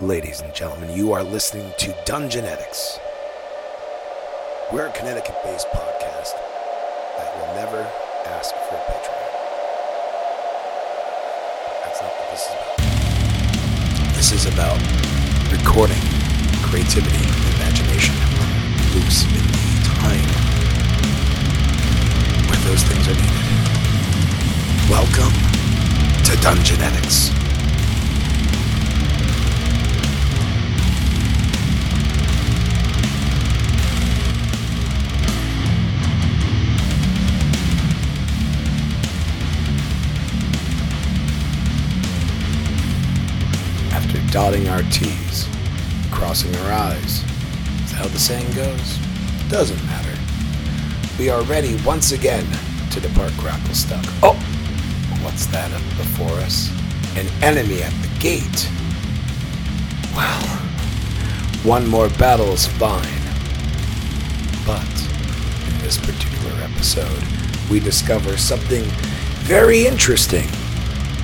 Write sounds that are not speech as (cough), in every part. Ladies and gentlemen, you are listening to Dungeonetics. We're a Connecticut based podcast that will never ask for a Patreon. That's not what this is about. This is about recording creativity and imagination loose in the time where those things are needed. Welcome to Dungeonetics. After dotting our T's, crossing our I's, is that how the saying goes? Doesn't matter. We are ready once again to depart Grapplestuck. Oh, what's that up before us? An enemy at the gate. Well, one more battle is fine. But in this particular episode, we discover something very interesting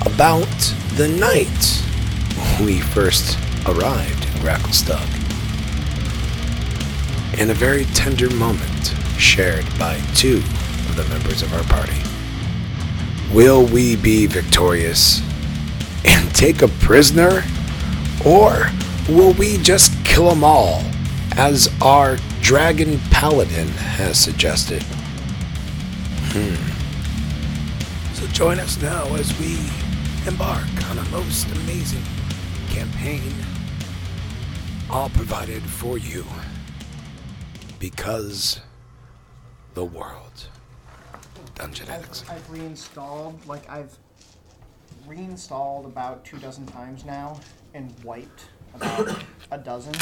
about the night we first arrived in Racklestock. In a very tender moment shared by two of the members of our party, will we be victorious and take a prisoner, or will we just kill them all, as our dragon paladin has suggested? So join us now as we embark on a most amazing campaign, all provided for you because the world. Dungeon X. I've, I've reinstalled, like I've reinstalled about two dozen times now and wiped about a dozen.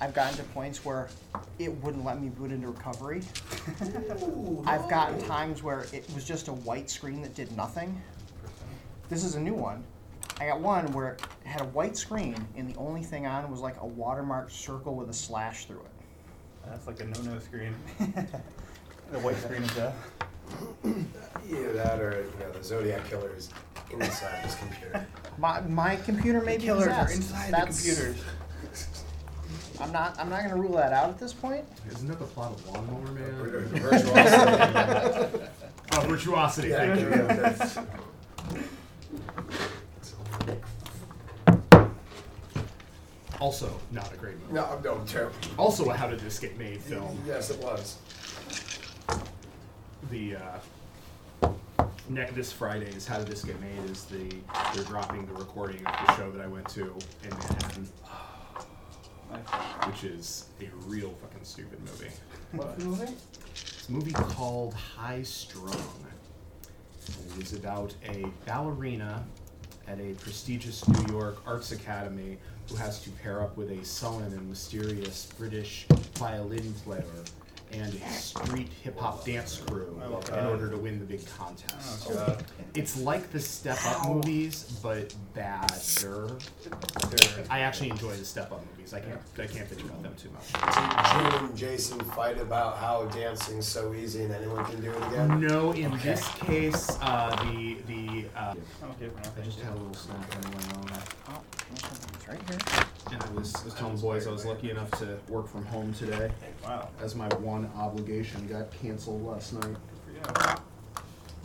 I've gotten to points where it wouldn't let me boot into recovery. I've gotten times where it was just a white screen that did nothing. This is a new one. I got one where it had a white screen and the only thing on was like a watermarked circle with a slash (laughs) through it. That's like a no-no screen. the white (laughs) screen of death. (clears throat) Either that or you know, the Zodiac Killer is inside this computer. My, my computer may be Killers are possessed. inside That's, the computers. I'm not. I'm not going to rule that out at this (laughs) point. Isn't that the plot of Or Lawnmower Man? virtuosity. (laughs) Oh, Virtuosity. Yeah, I thank can you. do that. Also, not a great movie. No, no, I'm terrible. Also, a How Did This Get Made film. Yes, it was. The uh, ne- this Friday's How Did This Get Made is the they're dropping the recording of the show that I went to in Manhattan, which is a real fucking stupid movie. What movie? It's a movie called High Strung. It is about a ballerina at a prestigious New York arts academy who has to pair up with a sullen and mysterious British violin player and a street hip hop dance crew in order to win the big contest. It's like the Step Up movies, but badder. I actually enjoy the Step Up movies. I can't I can't bitch about them too much. June and Jason fight about how dancing's so easy and anyone can do it again. No, in this case, uh, the the uh, I'm okay for now. I thank just you. had a little snack on the way home. Oh, it's right here. And I was, I was telling the boys I was lucky enough to work from home today, Wow. as my one obligation got canceled last night. Yeah.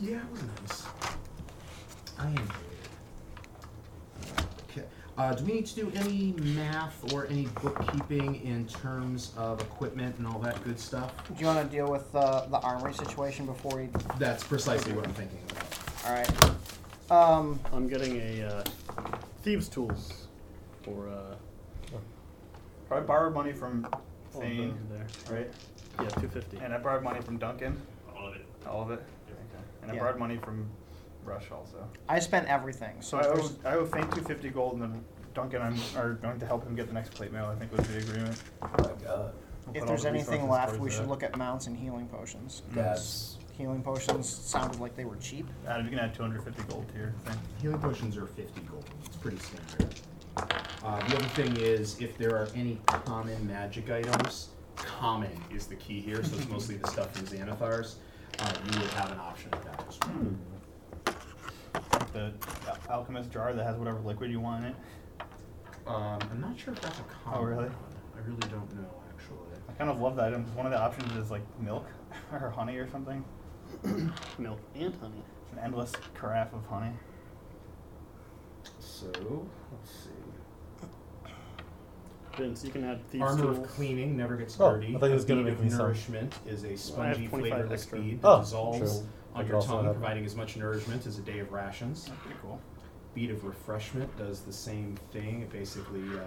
Yeah, it was nice. I enjoyed it. Okay. Uh, do we need to do any math or any bookkeeping in terms of equipment and all that good stuff? Do you want to deal with the the armory situation before we? That's precisely what I'm thinking about. All right. Um, I'm getting a uh, thieves' tools for uh, I borrowed money from all Thane, those there. Oh, right? Yeah, two fifty. And I borrowed money from Duncan. All of it. All of it. And I Yeah. borrowed money from Rush also. I spent everything, so So I if owe, there's- I owe Thane 250 gold, and then Duncan I'm, are going to help him get the next plate mail. I think was the agreement. Oh my god. We'll put if all there's the anything resources left, towards we should that. look at mounts and healing potions. That's Healing potions sounded like they were cheap. Adam, you can add 250 gold to your thing. Healing potions are 50 gold. It's pretty standard. Uh, the other thing is, if there are any common magic items, common is the key here, so it's mostly the stuff from Xanathar's. Uh, you would have an option of that as well. The al- alchemist jar that has whatever liquid you want in it. Um, I'm not sure if that's a common. Oh, really? one. I really don't know, actually. I kind of love that. And one of the options is like milk (laughs) or honey or something. (coughs) Milk and honey. It's an endless carafe of honey. So let's see. Vince, you can add thieves Armor tool. of cleaning never gets Oh, I dirty. thought it was gonna Bead make of me some. nourishment is a spongy, 25 flavorless extra. bead that Oh, dissolves true. I on could your also tongue, have- providing as much nourishment as a day of rations. That's pretty cool. Bead of refreshment does the same thing. It basically uh,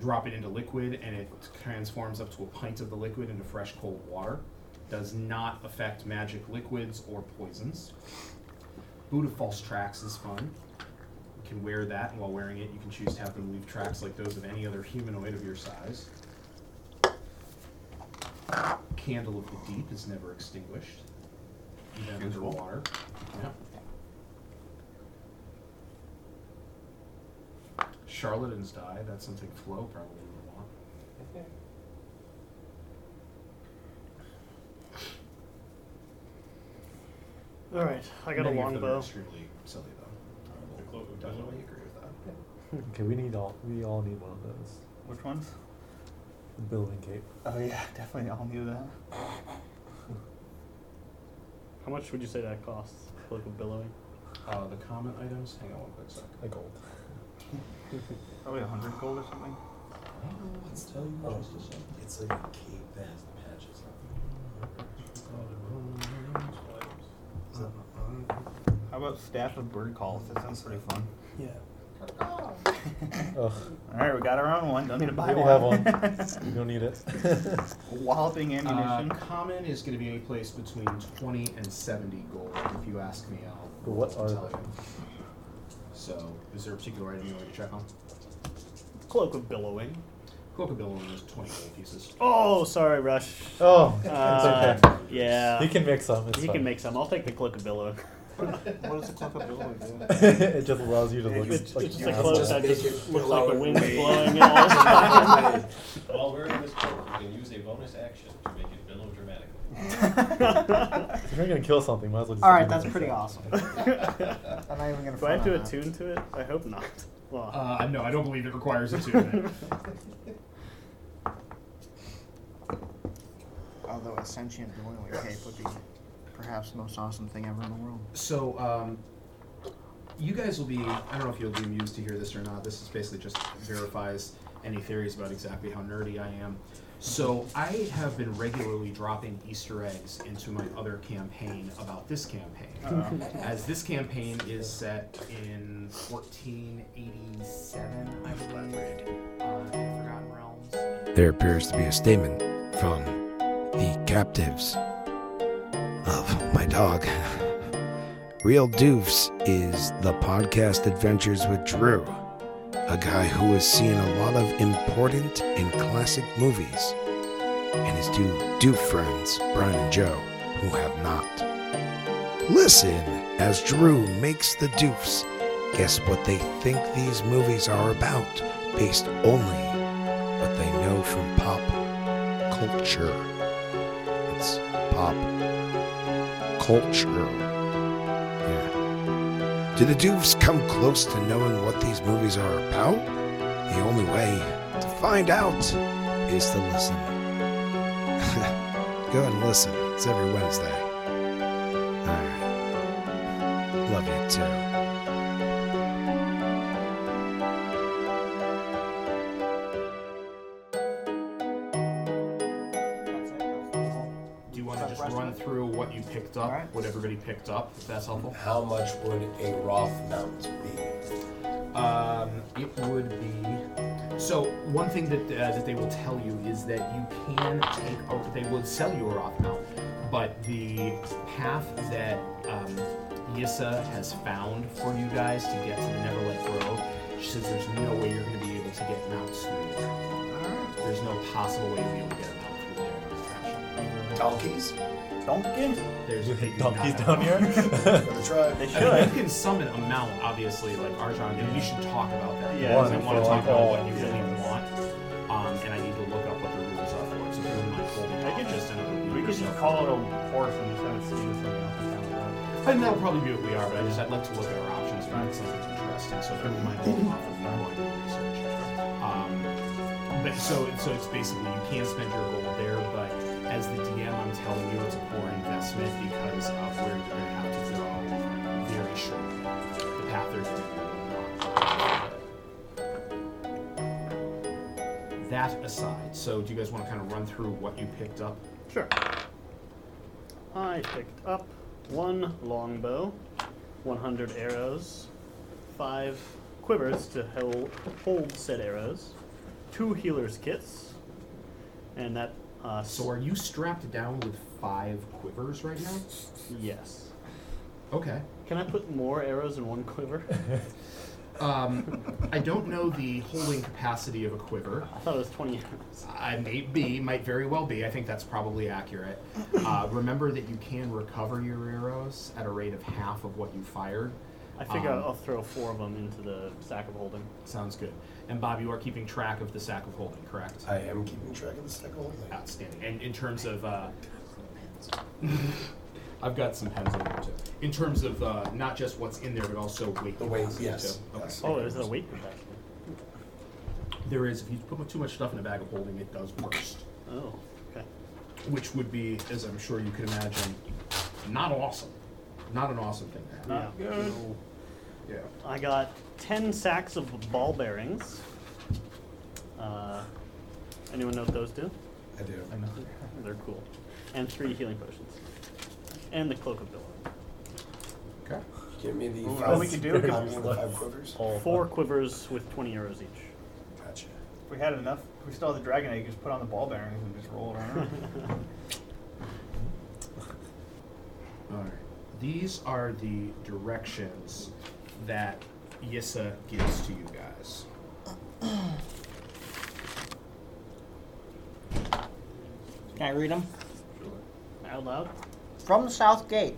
drop it into liquid, and it transforms up to a pint of the liquid into fresh cold water. Does not affect magic liquids or poisons. Boot of false tracks is fun. You can wear that, and while wearing it, you can choose to have them leave tracks like those of any other humanoid of your size. Candle of the Deep is never extinguished, even underwater. Yeah. Charlatans die. That's something Flo probably would want. All right, I got a Many of them are longbow. Extremely silly though. I will definitely agree with that. Okay, we need all. We all need one of those. Which ones? The building cape. Oh yeah, (laughs) definitely all knew that. How much would you say that costs? Like a billowing? Uh, the comment items. Hang on one quick sec. A gold. Probably a hundred gold or something. Oh. It's like a cape that has patches on How about staff of bird calls? That sounds pretty fun. Yeah. Ugh, All right, we got our own one. Don't need to buy We one. don't have (laughs) you don't need it. Walloping Uh, ammunition. common is going to be any place between twenty and seventy gold. If you ask me, I'll But what I'll are tell they? you. So, is there a particular item you want me to check on? Cloak of billowing. Cocobillum is twenty gold pieces. Oh, sorry, Rush. oh, Uh, it's okay. Yeah. He can make some. It's He fine. can make some. I'll take the cloak of billowing. What does the cloak of billowing do? (laughs) it just allows you to look. It's, like it's just an a animal. cloak Just that make just it looks like billow the wind's way. blowing. (laughs) Yeah. it. While wearing this cloak, you can use a bonus action to make it billow (laughs) dramatically. If you're gonna kill something, might as well. Just All right, do that's it. pretty (laughs) awesome. I'm not even gonna. Do I have front to on that. attune to it? I hope not. (laughs) Well, Uh, no, I don't believe it (laughs) requires attunement. Although a sentient billowing cape would be perhaps the most awesome thing ever in the world. So, um, you guys will be, I don't know if you'll be amused to hear this or not. This is basically just verifies any theories about exactly how nerdy I am. So, I have been regularly dropping Easter eggs into my other campaign about this campaign. As this campaign is set in 1487, I believe, on Forgotten Realms. There appears to be a statement from the captives of my dog. (laughs) Real Doofs is the podcast adventures with Drew, a guy who has seen a lot of important and classic movies, and his two doof friends, Brian and Joe, who have not. Listen as Drew makes the doofs guess what they think these movies are about based only what they know from pop culture. It's pop culture. Yeah. Do the Doofs come close to knowing what these movies are about? The only way to find out is to listen. (laughs) Go and listen. It's every Wednesday. Alright. Love you too. That's it. That's the whole- Do you want Is to that just question? run through what you picked up, Alright. what everybody picked up, if that's helpful? How much would a Roth mount be? Um, it would be. So one thing that uh, that they will tell you is that you can take. Or they will sell you a rock now, but the path that um, Yissa has found for you guys to get to the Neverlight Grove, she says there's no way you're going to be able to get mounts through there. There's no possible way you'll be able to get a mount through there. in this fashion. Donkeys Donkey. There's You they hit do not donkeys have down mounts. (laughs) here. for the tribe. They should. I mean, you can summon a mount, obviously, like Arjan, and we should talk about that. Yeah, because I it's want to like, talk about oh, what you really yeah. want, um, and I need to look up what the rules are for it. So if you don't mind holding I off could just another week We or could so. just call it a horse and just have it see something else. And that'll probably be what we are, but I just I'd like to look at our options for that something interesting, so that we might hold off of more research. Um, but so so it's basically you can spend your gold there, but as the DM, I'm telling you it's a poor investment because of where you're going to have to go very shortly. The path they're going to That aside, so do you guys want to kind of run through what you picked up? Sure. I picked up one longbow, 100 arrows, five quivers to hel- hold said arrows, two healer's kits, and that. Uh, s- So are you strapped down with five quivers right now? Yes. Okay. Can I put more arrows in one quiver? Um, I don't know the holding capacity of a quiver. I thought it was 20 arrows. I may be, might very well be. I think that's probably accurate. Uh, remember that you can recover your arrows at a rate of half of what you fired. I think I'll, Um, I'll throw four of them into the sack of holding. Sounds good. And Bob, you are keeping track of the sack of holding, correct? I am keeping track of the second one. Outstanding. And in terms of, uh, (laughs) I've got some pens in there too. In terms of uh, not just what's in there, but also weight. The weight, capacity, yes, too. Okay. yes. Oh, there's a weight capacity. There is. If you put too much stuff in a bag of holding, it does burst. Oh, okay. which would be, as I'm sure you can imagine, not awesome. Not an awesome thing to have. Not good. yeah. I got 10 sacks of ball bearings. Uh, anyone know what those do? I do. They're cool. And three healing potions. And the cloak of Billow. Okay. Give me the All we could do is copy of the five quivers. Four quivers with 20 arrows each. Gotcha. If we had enough, if we still had the dragon egg, just put on the ball bearings and just roll around. (laughs) All right. These are the directions that Yissa gives to you guys. Can I read them? Out loud? From the south gate,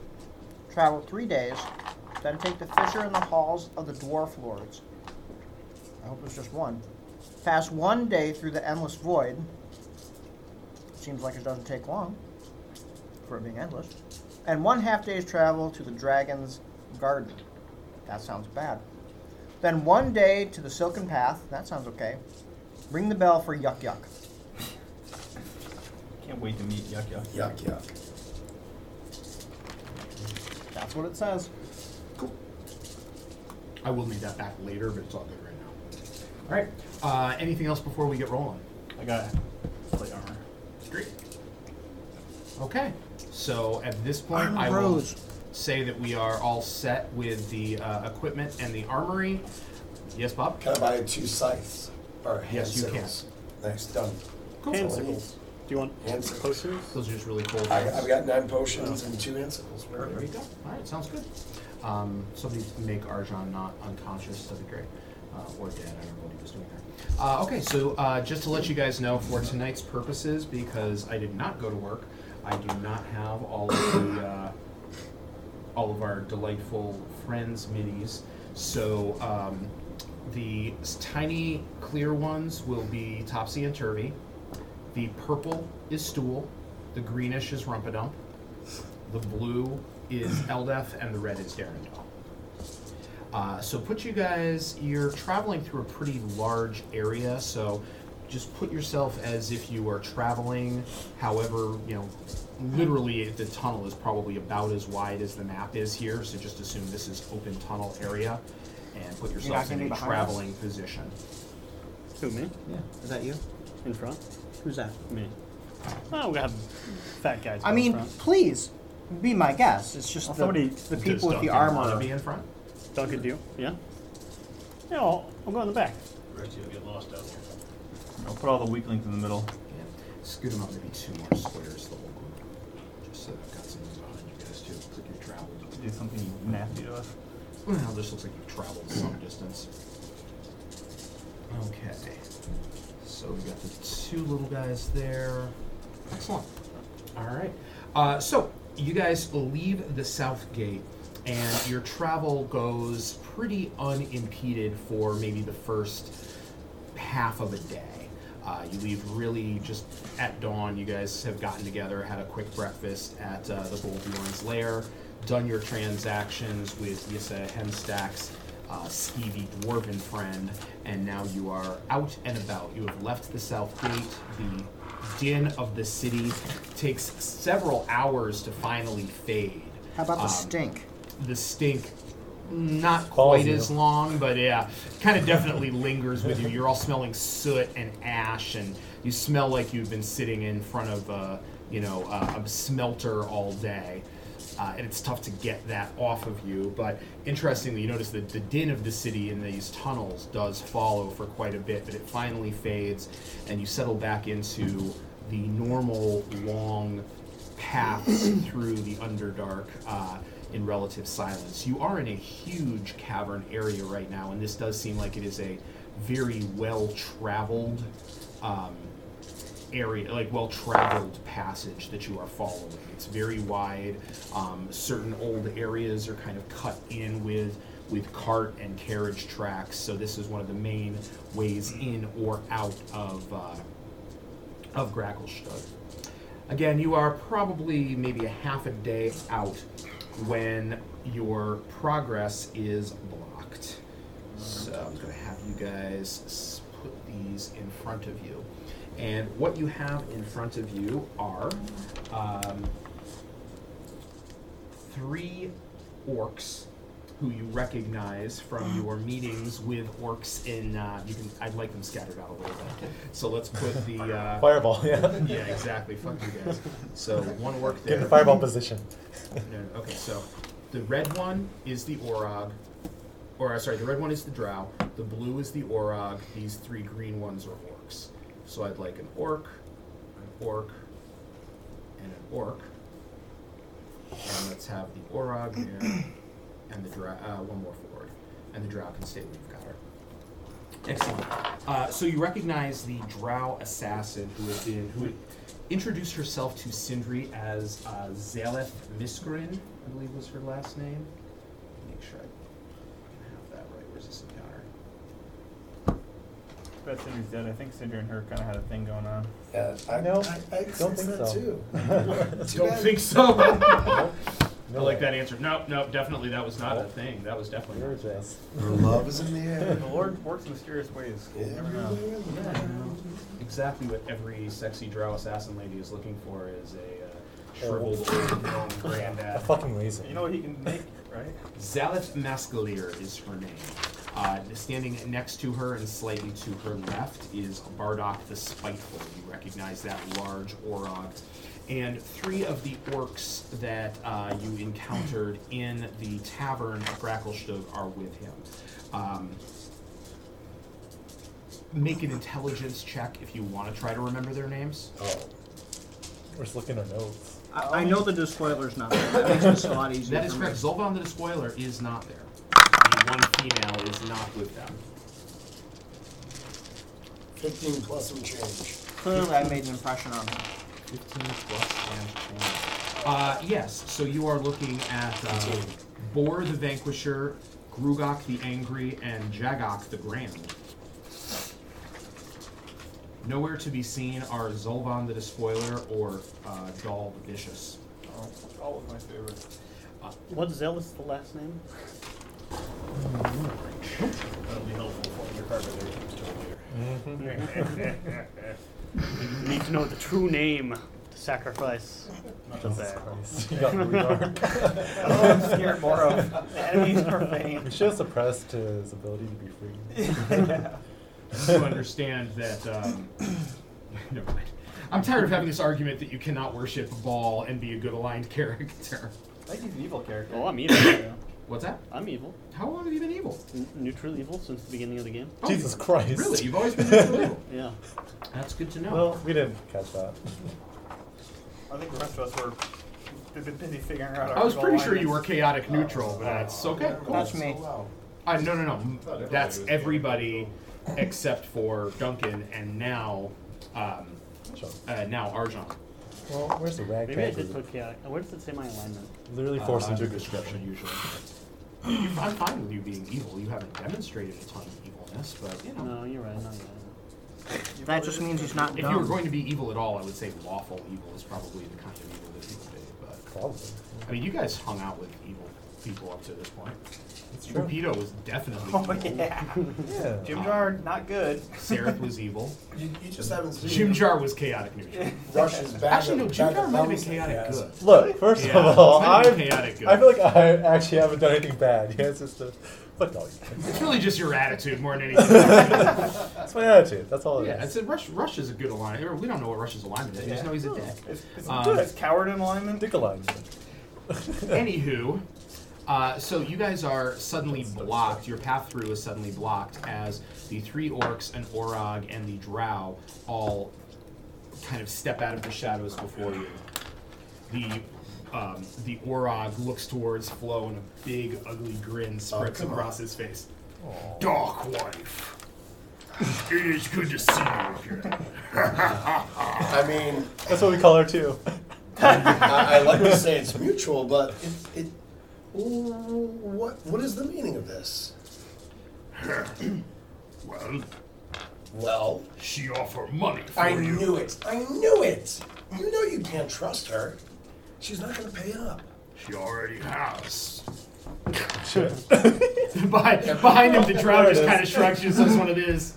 travel three days, then take the fissure in the halls of the dwarf lords. I hope it's just one. Pass one day through the endless void. Seems like it doesn't take long for it being endless. And one half day's travel to the dragon's garden. That sounds bad. Then one day to the silken path. That sounds okay. Ring the bell for yuck yuck. Can't wait to meet Yuck Yuck. Yuck, yuck. That's what it says. I will need that back later, but it's all good right now. All right. Uh, anything else before we get rolling? I got plate armor. Great. (laughs) Okay. So at this point, Armor I will Rose. say that we are all set with the uh, equipment and the armory. Yes, Bob. Can I buy two scythes? Or hand Yes, you can. sickles? Nice, done. Hand That's all I need. sickles. Do you want Hand sickles. potions? Those are just really cool. I, things. I've got nine potions Oh. and two hand sickles. Where There are you you? go. All right, sounds good. Um, somebody make Arjan not unconscious. That'd be great. Uh, or dead. I don't know what he was doing there. Uh, okay, so uh, just to let you guys know, for tonight's purposes, because I did not go to work, I do not have all of the uh, all of our delightful friends minis. So um, the s- tiny clear ones will be topsy and turvy. The purple is stool. The greenish is rumpadump. The blue is Eldef, and the red is Darendel. Uh, so put you guys, you're traveling through a pretty large area, so just put yourself as if you are traveling. However, you know, literally the tunnel is probably about as wide as the map is here, so just assume this is open tunnel area and put yourself gonna be in a behind us? traveling position. Who, me? Is that you? In front? Who's that? Me. Oh, we have fat guys. I out mean, front. please be my guest. It's just Well, the, somebody the just people with the dunked Uh, Wanna armor. be in front? Duncan, do you? Yeah? Yeah, I'll, I'll go in the back. The rest of you will get lost out here. I'll put all the weaklings in the middle. Yeah. Scoot them up maybe two more squares, the whole group. Just so that I've got something behind you guys too, looks like you've traveled. Do something nasty to us. Well, this looks like you've traveled some distance. Okay. So we got the two little guys there. Excellent. All right. Uh, so you guys leave the south gate, and your travel goes pretty unimpeded for maybe the first half of a day. Uh, you leave really just at dawn. You guys have gotten together, had a quick breakfast at uh, the Goldhorn's lair, done your transactions with Yissa Hemstack's uh, Stevie Dwarven friend, and now you are out and about. You have left the South Gate. The din of the city takes several hours to finally fade. How about the Um, stink? The stink, not Follows quite you. as long, but yeah, kind of definitely lingers with you. You're all smelling soot and ash, and you smell like you've been sitting in front of a, you know, a, a smelter all day. Uh, and it's tough to get that off of you. But interestingly, you notice that the din of the city in these tunnels does follow for quite a bit, but it finally fades, and you settle back into the normal long paths through the Underdark uh, in relative silence. You are in a huge cavern area right now, and this does seem like it is a very well traveled um, area, like well traveled passage that you are following. It's very wide. Um, certain old areas are kind of cut in with with cart and carriage tracks, so this is one of the main ways in or out of uh, of Gracklestug. Again, you are probably maybe a half a day out when your progress is blocked. So I'm going to have you guys s- put these in front of you. And what you have in front of you are um, three orcs who you recognize from your meetings with orcs in. Uh, you can. I'd like them scattered out a little bit. So let's put the. Uh, Fireball, yeah. yeah, exactly. Fuck you guys. So one work Get in there. the fireball (laughs) position. No, no, okay, so the red one is the Orog, or uh, sorry, the red one is the Drow. The blue is the Orog. These three green ones are orcs. So I'd like an orc, an orc, and an orc. And let's have the Orog there, and the Drow. Uh, one more forward, and the Drow can stay where you've got her. Excellent. Uh, so you recognize the Drow assassin who had been who had introduced herself to Sindri as uh, Zeleth Miskrin, I believe was her last name. Make sure I have that right. Where's this encounter? That Cinder's dead. I think Cinder and her kind of had a thing going on. Yeah, I, No, I, I don't sense think (laughs) that so. too. Too Don't bad. think (laughs) so. (laughs) I No like way. that answer. No, no, definitely that was not a Nope. thing. That was definitely Your not a thing. jazz. Her love is in the air. The Lord works mysterious ways. Yeah. Never know. Yeah, I know. Exactly what every sexy drow assassin lady is looking for is a uh, shriveled old gnome A granddad. fucking raisin. You know what he can make, right? Zalith Maskalier is her name. Uh, standing next to her and slightly to her left is Bardock the Spiteful. You recognize that large Orog. And three of the orcs that uh, you encountered in the tavern at Gracklestug are with him. Um, make an intelligence check if you want to try to remember their names. Oh, We're just looking at our notes. I, I know the despoiler's not there. That makes this a lot easier. That is for correct. me. Zolvan the Despoiler is not there. The one female is not with them. 15 plus some change. Clearly, I made an impression on him. 15 plus and 20. Uh, yes, so you are looking at uh, Boar the Vanquisher, Grugok the Angry, and Jagok the Grand. Nowhere to be seen are Zolvan the Despoiler or uh, Dal the Vicious. Oh, all of my favorites. What's Uh, Zealous the last name? That'll be helpful for your carbon later. Mm-hmm. (laughs) You need to know the true name to sacrifice. the bear. (laughs) Christ. You got really dark. Oh, I'm scared more of the enemies profane. We should have suppressed his ability to be (laughs) free. you understand that. Um, (coughs) never mind. I'm tired of having this argument that you cannot worship a ball and be a good aligned (laughs) character. I think he's an evil character. Well, Oh, I'm evil. What's that? I'm evil. How long have you been evil? N- neutral evil since the beginning of the game. Oh, Jesus Christ. Really? You've always been evil? (laughs) Yeah. That's good to know. Well, we didn't catch that. I think the rest of us were we've been busy figuring out our I was evil pretty sure you were alignments. chaotic neutral, but that's okay. Everyone Cool. That's so me. loud. Uh, no, no, no. That's everybody except for Duncan and now, um, Sure. uh, now Arjan. Well, where's the rag Maybe I tag? did put chaotic. Where does it say my alignment? Literally forced Uh, into a under description. usually. I'm fine with you being evil. You haven't demonstrated a ton of evilness, but you know, No, you're right. No, you're right. You've That already just been- means he's not if you were dumb. going to be evil at all, I would say lawful evil is probably the kind of evil that people do. But Probably. I mean, you guys hung out with evil people up to this point. It's true. Rapido was definitely Oh evil. yeah. Yeah. Jim Jar, not good. Seraph was evil. You, you just haven't seen Jim Jar was chaotic neutral. Rush's back. Actually, no, of- Jim back Jar of might have been thumbs chaotic has. good. Look, first Yeah, of all, might I, have been chaotic good. I feel like I actually haven't done anything bad. (laughs) Yeah, it's just a fuck all you. It's really just your attitude more (laughs) than anything. That's my attitude. That's all it is. yeah, I said Rush. Rush is a good alignment. We don't know what Rush's alignment is. We just know he's a dick. It's, it's, Um, it's coward in alignment. Dick alignment. (laughs) Anywho, uh, so you guys are suddenly blocked. Your path through is suddenly blocked as the three orcs, an orog, and the drow all kind of step out of the shadows before you. The um, the orog looks towards Flo, and a big, ugly grin spreads Oh, come on. across his face. Dark wife, it is good to see you again. (laughs) I mean, That's what we call her too. (laughs) I, I like (laughs) to say it's mutual, but it, it what what is the meaning of this? (clears throat) Well, Well, she offer money for I you. knew it. I knew it. You know you can't trust her. She's not going to pay up. She already has. (laughs) (laughs) (laughs) behind, behind (laughs) (laughs) him, the drow just kind of shrugs, just looks what it is.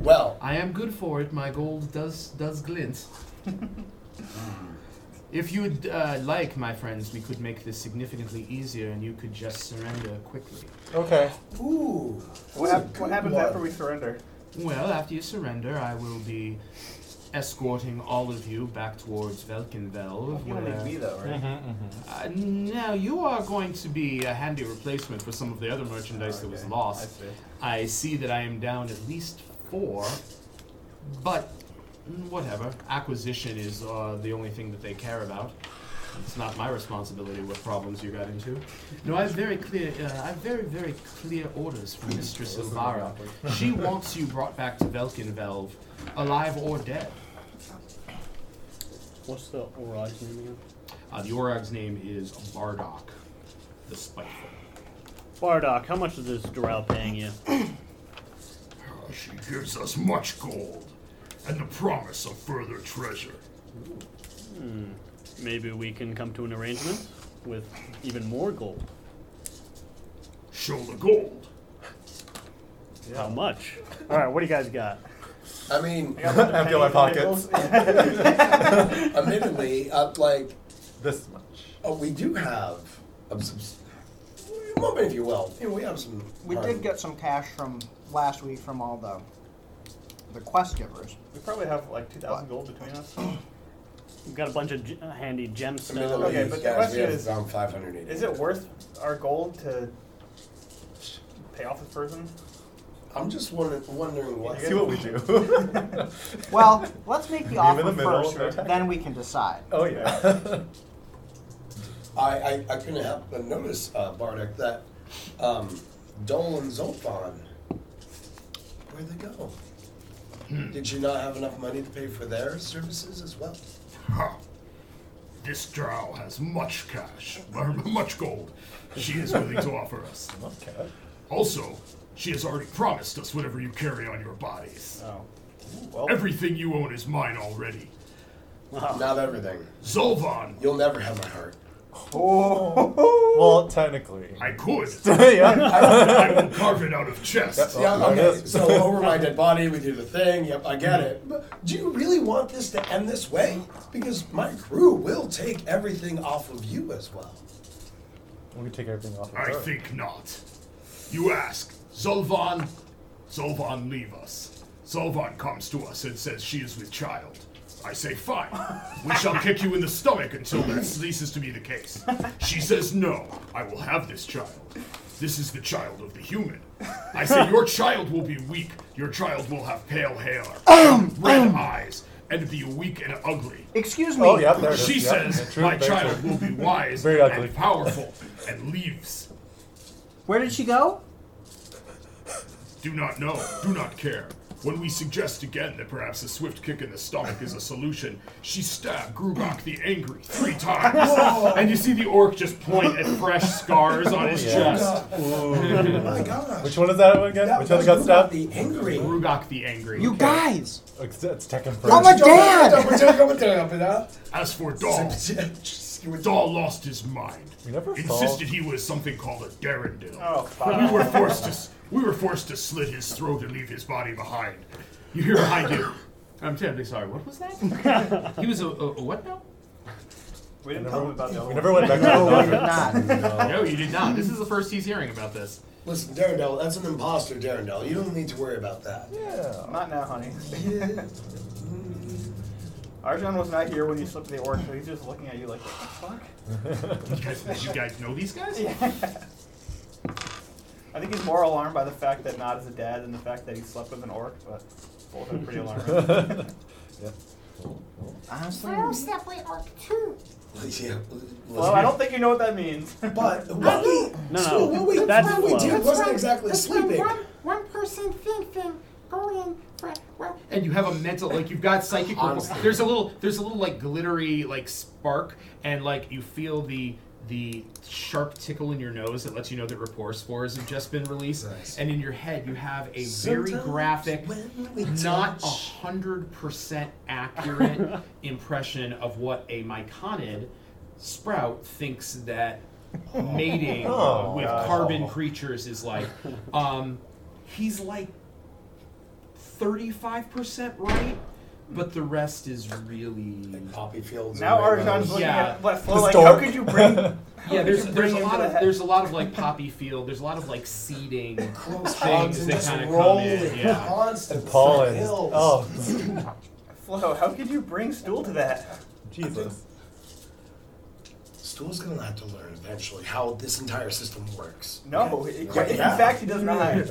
Well, I am good for it. My gold does does glint. if you'd uh, like, my friends, we could make this significantly easier, and you could just surrender quickly. Okay. ooh. What, that's a hap- good what happens one. after we surrender? Well, after you surrender, I will be escorting all of you back towards Velkinvel. You only where- be though, right? Uh, now you are going to be a handy replacement for some of the other merchandise that was Okay, lost. I see. I see that I am down at least four, but mm, whatever. Acquisition is uh, the only thing that they care about. It's not my responsibility what problems you got into. No, I have very clear, uh, I have very, very clear orders from Mistress Elvara. She wants you brought back to Velkinvelv, alive or dead. What's the Orage name again? Uh, the Orag's name is Bardock, the Spiteful. Bardock, how much is this drow paying you? She gives us much gold and the promise of further treasure. Hmm, Maybe we can come to an arrangement with even more gold. Show the gold. How much? All right, what do you guys got? I (laughs) mean, Empty my pockets. Nickels. admittedly, uh, like This much. oh, we do have um, some, a moment, if you will. You know, we have some. We did get some cash from last week from all the the quest givers. We probably have like 2,000 gold between us. We've got a bunch of g- uh, handy gemstones. Okay, but but the guys, we question have is- around 580. Is it worth our gold to pay off this person? I'm just wonder, wondering what. See what We (laughs) (laughs) (laughs) do. Well, let's make the Leave in offer the middle, first, okay. then we can decide. oh yeah. (laughs) I, I, I couldn't help but notice, uh, Bardic, that um, Dole and Zolfon, where'd they go? Did you not have enough money to pay for their services as well? This drow has much cash, or (laughs) much gold. She is willing to offer us. okay. Also, she has already promised us whatever you carry on your bodies. Oh. No. Well, Everything you own is mine already. Not everything. Zolvan, You'll never have my heart. Well, technically. I could. (laughs) yeah. I will carve it out of chest. Yeah, there it okay. is. So over my dead body, we do the thing. Yep, I get it. But do you really want this to end this way? Because my crew will take everything off of you as well. We can take everything off. Of I her. think not. You ask, Zolvan? Zolvan, leave us. Zolvan comes to us and says she is with child. I say, fine. We shall kick you in the stomach until that ceases to be the case. She says, no, I will have this child. This is the child of the human. I say, your child will be weak. Your child will have pale hair, red eyes, and be weak and ugly. Excuse me. Oh yeah, there it is. She yeah. Yeah, says, true, my very child true. will be wise Very ugly. and powerful, and leaves. Where did she go? Do not know. Do not care. When we suggest again that perhaps a swift kick in the stomach is a solution, she stabbed Grubach the Angry three times. and you see the orc just point at fresh scars on his Oh, Yeah. chest. (laughs) Oh My gosh. Which one is that one again? That Which was other got stabbed? Rudolph The angry. Grubach the Angry. You guys! It's, it's Tekken Oh my first. (laughs) (laughs) Dad! As for (laughs) Dahl, Dahl lost his mind. We never saw- Insisted he was something called a Darendil. Oh, fuck. We were forced to s- we were forced to slit his throat and leave his body behind. You hear behind you. I'm terribly sorry. What was that? (laughs) he was a, a, a what now? We didn't tell him about the other We one. never went back to No, we that. did not. No. No, you did not. This is the first he's hearing about this. Listen, Darendell, that's an imposter, Darendell. You don't need to worry about that. Yeah. Not now, honey. Arjan was not here when you slipped the orc, so he's just looking at you like, what the You guys, (laughs) did you guys know these guys? fuck? I think he's more alarmed by the fact that Nod is a dad than the fact that he slept with an orc, but both are pretty alarming. (laughs) Honestly, (laughs) Yeah, well, I don't think you know what that means. (laughs) But what we, No, so no, what we, that's what we flow. did wasn't exactly sleeping. one person think thing going for well And you have a mental, like you've got psychic. Honestly. There's a little, there's a little like glittery like spark, and like you feel the the sharp tickle in your nose that lets you know that rapport spores have just been released. Nice. And in your head, you have a very Sometimes graphic, when we not a touch. hundred percent accurate impression of what a myconid sprout thinks that (laughs) mating Oh, with God. carbon creatures is like. Um, he's like 35% right? but the rest is really Like poppy fields. now and rainbows. Arjan's looking Yeah. at what Flo This like, dork. how could you (laughs) bring... how yeah. could There's you bring there's him a to lot the of head? there's a lot of like poppy field. There's a lot of like seeding Close hugs things and that just kind of come rolling in. Yeah. constant Pollen. hills. Oh, Flo, how (laughs) could you bring Stool to that? Jesus. Stool's gonna have to learn eventually how this entire system works. No, it- Yeah. in fact, he (laughs) does not. You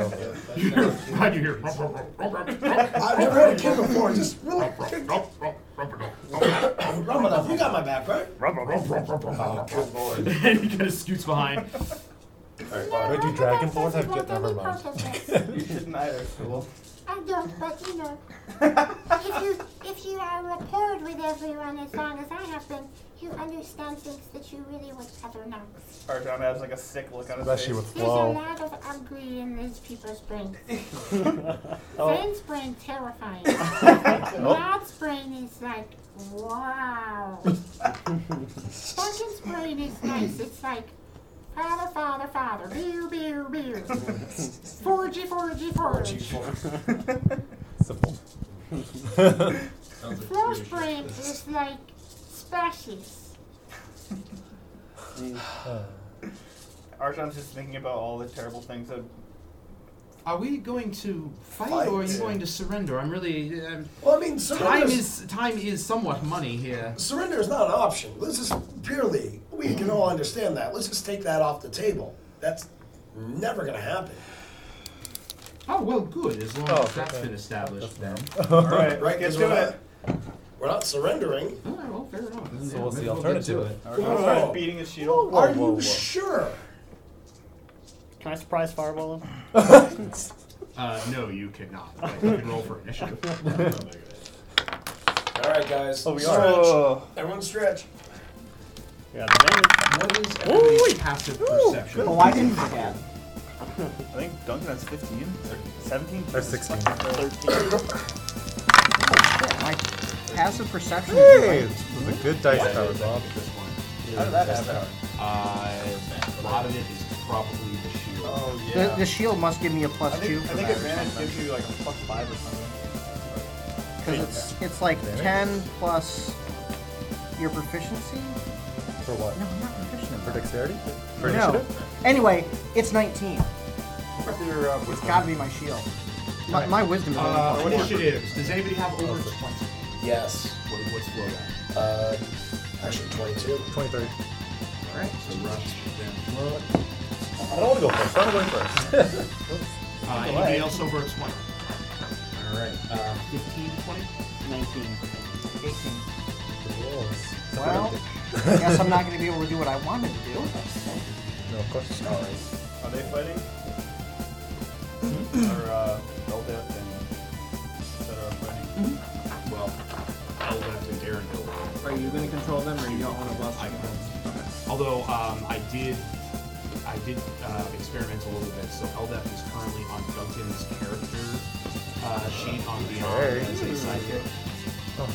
hear, behind you hear. "Rup, rup, rup, rup, rup, rup, I've never had a kid before. Just really, rup, rup, rup, rup, rup, rup, Romanov, you got my back, right? rup, rup, rup, rup, Oh, rup." (laughs) good lord. and he kind of scoots behind. All right, Bart. Wait, do Dragonborn have get never mind. You shouldn't either, Stool. I don't, but you know, if you if you are rapport with everyone as long as I have been, you understand things that you really would rather not. Arjan has like a sick look on his Especially face. with There's a flow. lot of ugly in these people's brains. (laughs) Zane's brain terrifying. Rod's brain is like wow. Duncan's brain is nice. It's like father, father, father, beer, beer, beer. Forgy, forgy, forgy. (laughs) Simple. Flo's brain is like splashes. (sighs) Arjan's just thinking about all the terrible things that Are we going to fight, or are you Fight. going to surrender? I'm really. Um, Well, I mean, time surrender is time is somewhat money here. surrender is not an option. This is purely. We can all understand that. Let's just take that off the table. That's never gonna happen, Oh well, good. As long Oh, as that's okay. been established, then. (laughs) All right, right? get 'Cause to we're it. Not, we're not surrendering. All right, well, fair enough. Then, So yeah, what's maybe the we'll get to alternative? it. Arjan Whoa. starts beating his shield. Whoa, Are whoa, you whoa. sure? Can I surprise (laughs) fireball him? Uh, no, you cannot. But you can roll for initiative. All right, guys. Oh, we are. stretch. Oh. Everyone stretch. Yeah, the damage. What is Ooh, everybody's wait. passive perception? But why Oh, didn't you forget? I think Duncan has 15 or 17. Or 16. 13. My passive perception Hey, is this was a good dice tower, Bob. How did that happen? Uh, a lot of it is probably the shield. Oh, great. yeah. the, the shield must give me a plus I two think, I for think that advantage gives you like a plus 5 or something. because it's it's like ten plus your proficiency. For what? No, I'm not proficient. For at dexterity? For that. No. initiative? Anyway, it's nineteen. What's your, uh, It's got to be my shield. My, my wisdom is Uh, only plus one. initiatives. Does anybody have over twenty? Yes. What, what's blow at? Uh, actually, 22. 23. Alright, so Russ, then Flo. I don't want to go first. I want to go first. Uh, anybody else over at 20? Alright, uh, 15, 20? 19. Well, I guess I'm not going to be able to do what I wanted to do. no, of course. Are they fighting? or, uh, Velvet and Erendil. Are you going to control them, or you don't want to bluff? I Although um, I did, I did uh, experiment a little bit. So Eldef is currently on Duncan's character uh, sheet on Beyond Okay. as a sidekick. Oh.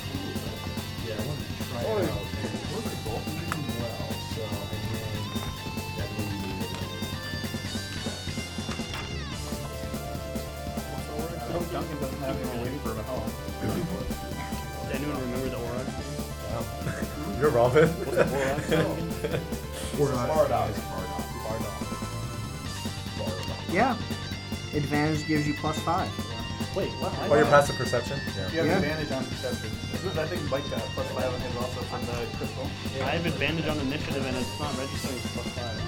Yeah, I wanted to try Oi. it out. And we're gonna go really well. So and then that will be. I hope uh, Duncan doesn't have anyone waiting for him at home. Does anyone remember the Auroch? You're Robin. What's the (laughs) Auroch? Bardock. Yeah. Advantage gives you plus (laughs) five. Wait, what? Oh, your passive perception? You have Yeah. advantage on perception. Isn't- I think Mike got plus five on his also from the crystal. I have advantage on initiative and it's not registering as plus five.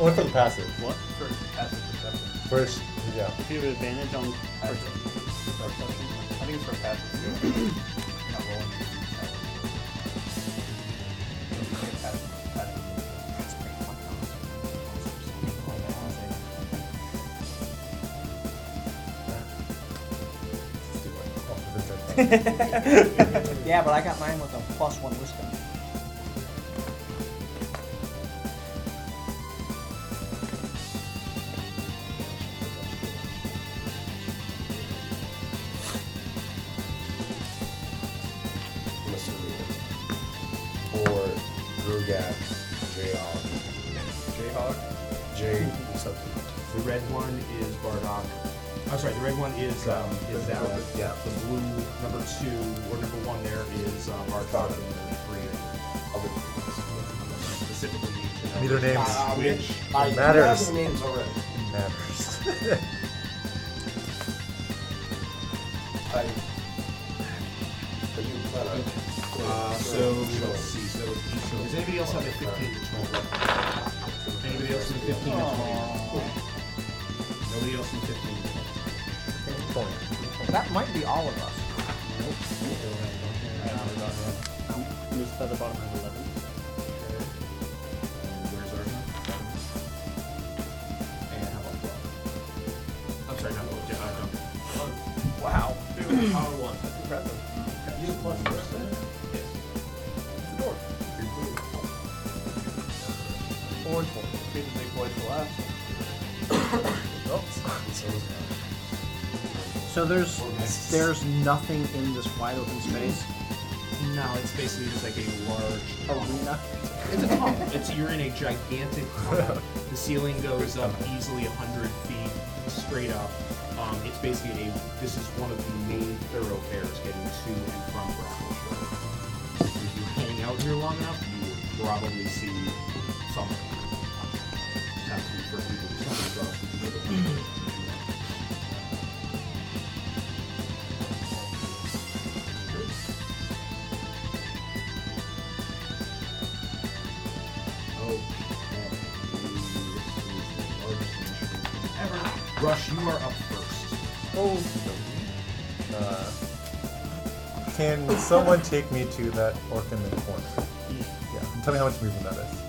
Only for the passive. What? For passive perception. First, yeah. If you have advantage on Perception. I think it's for (coughs) passive. Not rolling. Passive, passive. Oh, Yeah, but I got mine with a plus one wisdom. I'm assuming it's- Or Grugat, Jayhawk. Jayhawk? Jay something. The red one is Bardock. I'm sorry, the red one is um, is that one. Yeah. The blue number two or number one there is uh, Bardock, and number three other specifically need to know Need their names. Ah, Uh, Which I Matters. know the names already. Matters. I. But you plan on. uh, so let's see. So it's each. Does anybody else have a 15 to 20? Anybody else with 15 to 20? Nobody else in 15 to 20. That might be all of us. Moves by the bottom of 11. Where's our And how about I'm sorry, not Blood. Yeah, uh, Duncan. Wow. Power one. That's impressive. You plus the rest of it? Yes. Or treat the big boy to the left. So there's (laughs) there's nothing in this wide open space No, it's basically just like a large arena. It's a tunnel. It's you're in a gigantic tunnel. The ceiling goes up easily hundred feet straight up. Um, it's basically a. This is one of the main thoroughfares getting to and from Brackleshire. If you hang out here long enough, you will probably see something. Not to- for people who stumble across the Oh, Ever. Rush, you are up first. Uh, can someone take me to that orc in the corner? Yeah. And tell me how much movement that is.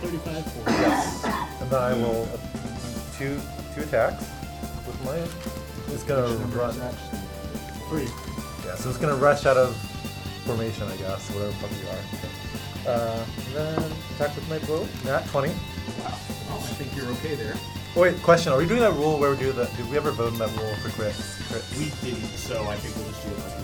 35 for And then I will uh, two two attacks with my. It's gonna run. three. Yeah, so it's gonna rush out of formation, I guess, whatever the fuck you are. Uh, then attack with my bow. Nat twenty. Well, I think you're okay there. Oh, wait, question: Are we doing that rule where we do that? Did we ever vote on that rule for crits? crits? We didn't, so I think we'll just do it like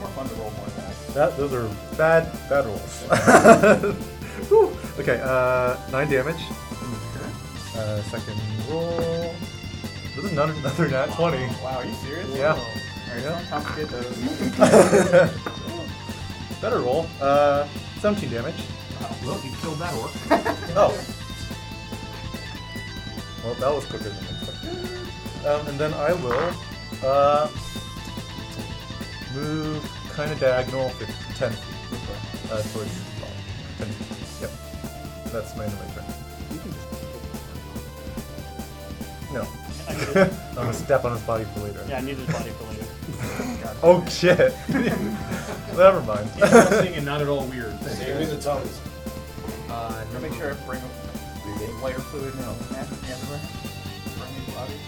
okay. More fun to roll more back. That those are bad bad rolls. (laughs) Whew. okay, uh, nine damage. Uh, second roll. This is another, another nat twenty. Wow, are you serious? Yeah. Alright, so I'm complicated those. (laughs) Better roll. Uh, seventeen damage. Well, you killed that orc. (laughs) Oh. Well, that was quicker than expected. Um, and then I will uh, move kind of diagonal 50, 10 feet uh, towards the bottom. 10 feet. Yep. That's my end of my turn. (laughs) No. I'm going to step on his body for later. Yeah, I need his body for (laughs) later. (laughs) Oh, shit. (laughs) Never mind. (laughs) Interesting and not at all weird. Give me the tongues. Uh, Make sure I bring a layer fluid and a magic everywhere. friendly body.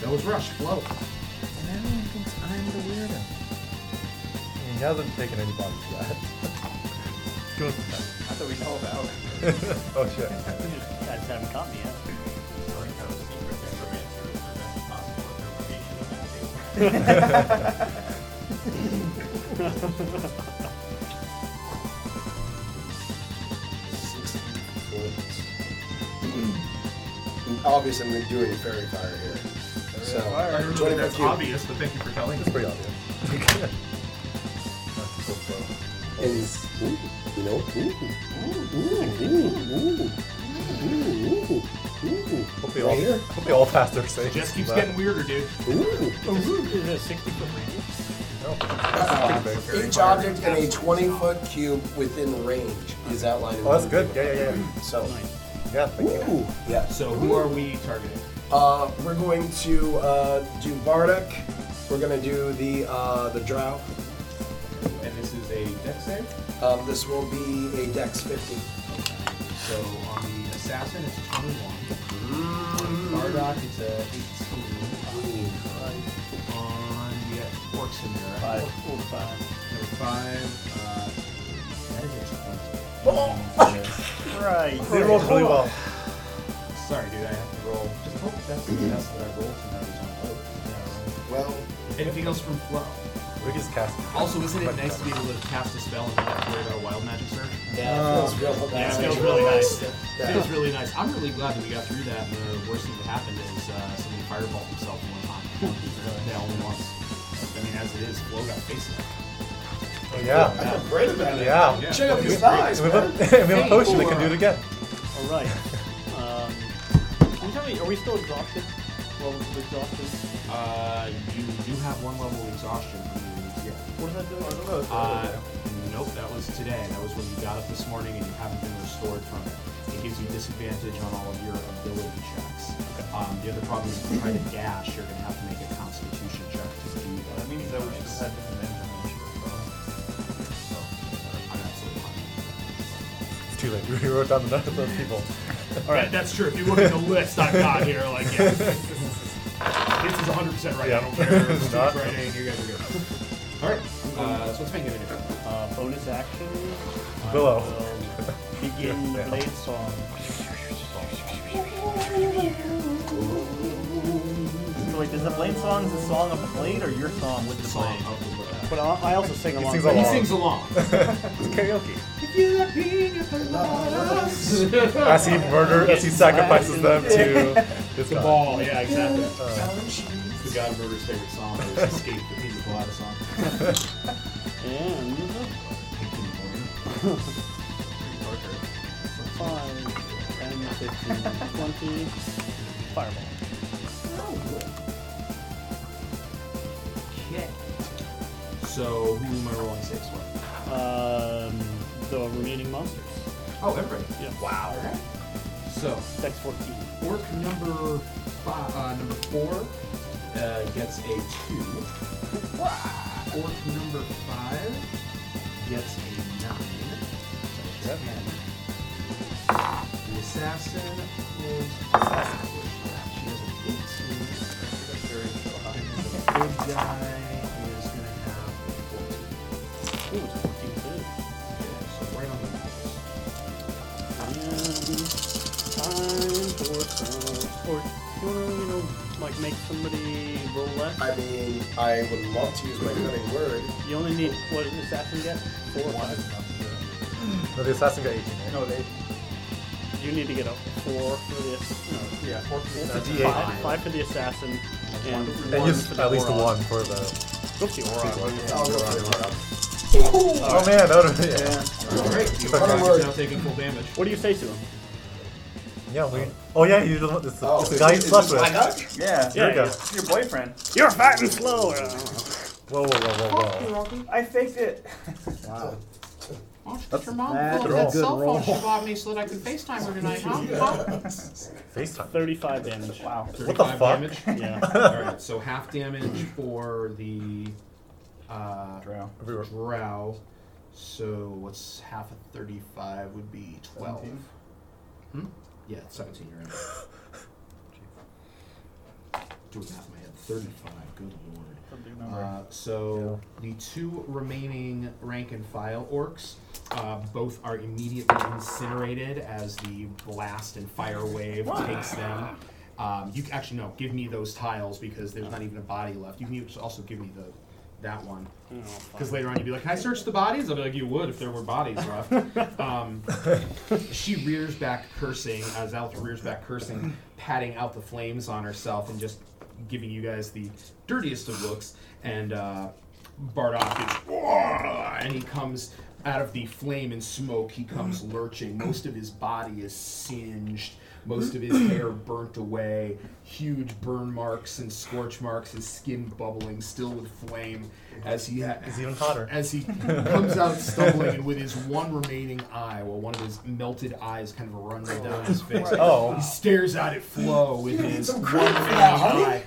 That was Rush. Blow. And everyone thinks I'm the weirdo. He hasn't taken any bodies yet. Go with the I thought we know about. time. oh shit. guys haven't caught me yet. Obviously, I'm going to do a fairy fire here. So, I don't know 25 that that's cube. obvious, but thank you for telling It's us. pretty obvious. And he's, ooh, you know, ooh, ooh, ooh, ooh, ooh, ooh, ooh, ooh. Hope they all, Right hope they all pass their saves. Just keeps but- getting weirder, dude. Ooh. Oh, Is it a 60 foot radius? No. Oh. Each object in a 20 foot cube within range is outlined. in Oh, that's one good. cube. Yeah, yeah, yeah. So, Yeah, thank you. ooh, yeah. So who are we targeting? Uh, we're going to uh, do Bardock. We're going to do the uh, the Drow. And this is a dex save. Um, this will be a Dex 50. So on the assassin, it's 21. On Bardock, it's a 18. On the orcs in there, Five. Orc- Four, five. number five. Uh, that is actually Right. They rolled really well. Sorry, dude. I have to roll. Just hope that's the best that I rolled tonight is on both. Well, Anything else from Flow? We just cast. Also, isn't it nice to be able to cast a spell and not worry about wild magic surge? yeah, it feels real Yeah, it nice. feels really nice. It Yeah. feels really nice. I'm really glad that we got through that. and The worst thing that happened is uh, somebody fireballed himself one (laughs) time. Yeah, only once. I mean, as it is, Flo got face down. Oh, yeah. I'm afraid about it. Yeah. Yeah. Check out these We thighs, have man. a, (laughs) we have a potion that can do it again. All right. Um, can you tell me, are we still exhausted? Levels of exhaustion? Uh, you do have one level of exhaustion. you need to get. What does that do? Uh, nope, that was today. That was when you got up this morning and you haven't been restored from it. It gives you disadvantage on all of your ability checks. Um, the other problem is if you try to dash, you're going to have to make a constitution check to do that. That means that we should have had I'm absolutely fine. It's too late. (laughs) We wrote down the number of people. All right, that's true. If you look at the list I've got here, like, yeah. This is 100% right. I don't care. It's (laughs) Steve's not. right in, you guys are good. All right, uh, so let's make it a different. Uh, bonus action. I Willow. will Begin the blade song. (laughs) So, like, does the blade song is the song of the blade or your song with the blade? But I, I also sing along. sings with along. He it. sings along. (laughs) It's karaoke. As he murder, as he sacrifices them to this The guy. ball, yeah, exactly. the God Murder's favorite song is Escape the Pina Colada song. And five, 10, 15, 20. Fireball. Oh, Okay. So, who am I rolling six for? Um, the remaining monsters. Oh, everybody. Yeah. Wow. So, Dex 14. orc number five, uh, number four uh, gets a two. Orc number five gets a nine. So Yep. ten. The assassin is. assassin. She has an eighteen. And the big guy is gonna have a fourteen. Ooh, it's 14 too. Yeah, so right on the nose. And time for some. Or, you wanna, you know, like make somebody roll less? I mean, I would love to use my cutting word. You only need, what did the assassin get? Four or five. No, the assassin got 18. No, they. You need to get a four for the, no, Yeah, It's fourteen. a five, D8. five for the assassin, and And one for use the at least Auron. one for the. Oops, the Auron. I'll go for the Drow. Oh man, that would have yeah. Great. The okay. orc is now taking full damage. What do you say to him? Yeah, we. Oh yeah, you don't. It's the, Oh, it's the guy you is slept this with. my Whoa, duck? Yeah. There you go. yeah. Your boyfriend. You're fat and slow. or- I don't know. whoa, whoa, whoa, whoa. I faked it. Why don't you get your mom That's phone, a that good cell roll. phone she bought me so that I could FaceTime her tonight, (laughs) huh? Huh? FaceTime. Thirty-five damage. Wow. What the 35 fuck? (laughs) damage. Yeah. All right, so half damage for the uh, Drow. Everywhere. drow. So what's half of 35 would be 12. Hmm? Yeah, 17, you're right. doing that in my head. Thirty-five. Good lord. That's a big number. Uh, so the two remaining rank and file orcs, uh, both are immediately incinerated as the blast and fire wave takes them. Um, you actually no, give me those tiles because there's not even a body left. You can use- also give me the that one because later on you'd be like, "Can I search the bodies?" I'll be like, "You would if there were bodies left." um, she rears back cursing as Alth rears back cursing, patting out the flames on herself and just giving you guys the dirtiest of looks. And uh, Bardock is, "Whoa!" and he comes out of the flame and smoke. He comes (clears throat) lurching. Most of his body is singed. Most of his hair burnt away, huge burn marks and scorch marks, his skin bubbling, still with flame, as he ha- It's even hotter. (laughs) as he comes out stumbling and with his one remaining eye, well, one of his melted eyes kind of runs down his face. (laughs) Oh. He stares at it flow with his one remaining eye.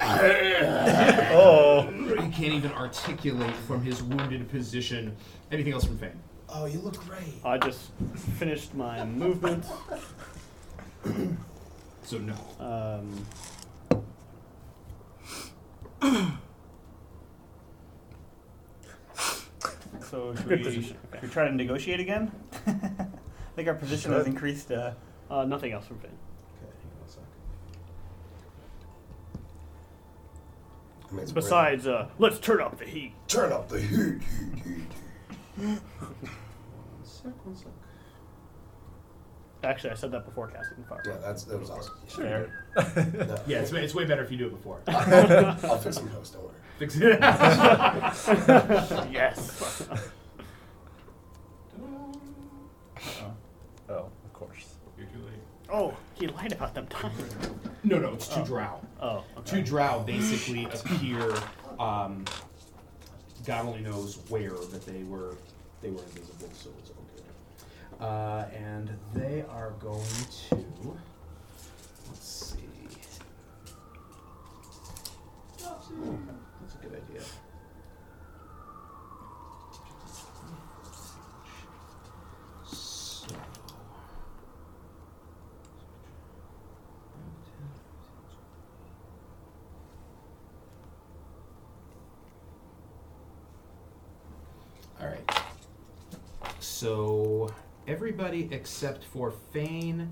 (laughs) Oh. He can't even articulate from his wounded position. Anything else from Fane? Oh, you look great. I just finished my movement. So no. Um, So should we, should we try to negotiate again? I think our position has increased. Uh, uh, nothing else from Finn. I mean, Besides, uh, let's turn up the heat. turn up the heat, heat, heat. Actually, I said that before casting fire. Yeah, that's that was awesome. there. No, (laughs) Yeah, it's, it's way better if you do it before. I'll fix some post. Don't worry. Fix it. yes. Oh, of course. oh, he lied about them times. no, no, it's too drow. Oh, Two drow (clears throat) basically appear. Um, God only knows where, but they were they were invisible, so it's all good. Uh, and they are going to. Let's see. Hmm, That's a good idea. So. All right. So everybody except for Fane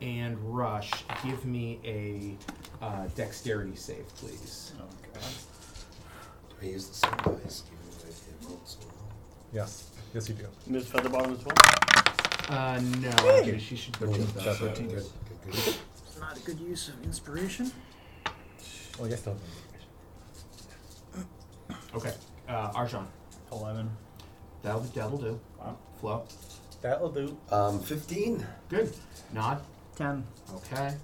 and Rush, give me a uh, dexterity save, please. Oh, I use the same dice, even though it rolled so well. Yes. Yes, you do. Ms. Featherbottom as well. Uh, no, because she should roll That's that. it. Good, good, good. Not a good use of inspiration. Well, I guess don't. (laughs) Okay, uh, Arjan, Eleven. that'll that'll do. Wow. Flow, That'll do. Um, fifteen. good. Nod. Ten. Okay.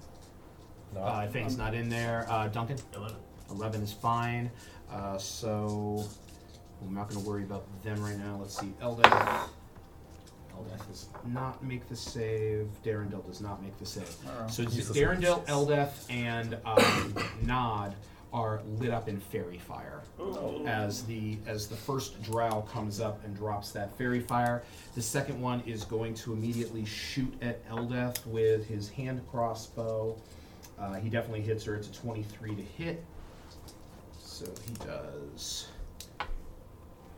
No. Uh, Fane's not in there. Uh, Duncan. Eleven. Eleven is fine. Uh, so we're not going to worry about them right now. Let's see. Eldath. Eldath does not make the save. Darendel does not make the save. So it's just Darendel, Eldath, and um, (coughs) Nod are lit up in fairy fire as the as the first drow comes up and drops that fairy fire. The second one is going to immediately shoot at Eldath with his hand crossbow. Uh, he definitely hits her. It's a 23 to hit. So he does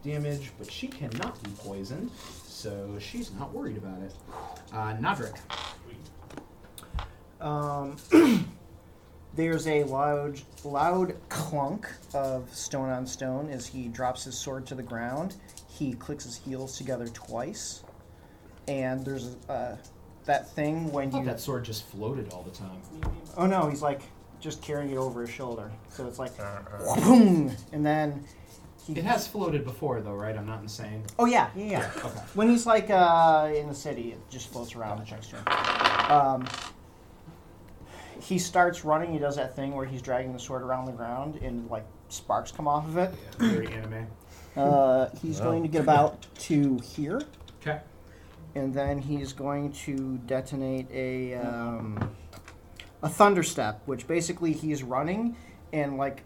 damage, but she cannot be poisoned, so she's not worried about it. Uh, Nodric. Um, (clears throat) there's a loud, loud clunk of stone on stone as he drops his sword to the ground. He clicks his heels together twice, and there's uh, that thing when you. That sword just floated all the time. Oh no, he's like just carrying it over his shoulder, so it's like, boom, and then he. Uh, It has floated before, though, right? I'm not insane. Oh yeah, yeah, yeah. Okay. When he's like uh, in the city, it just floats around and checks to him. Um, he starts running. He does that thing where he's dragging the sword around the ground, and like sparks come off of it. Very anime. Uh, he's going to get about to here, Okay. and then he's going to detonate a um, a thunder step, which basically he's running, and like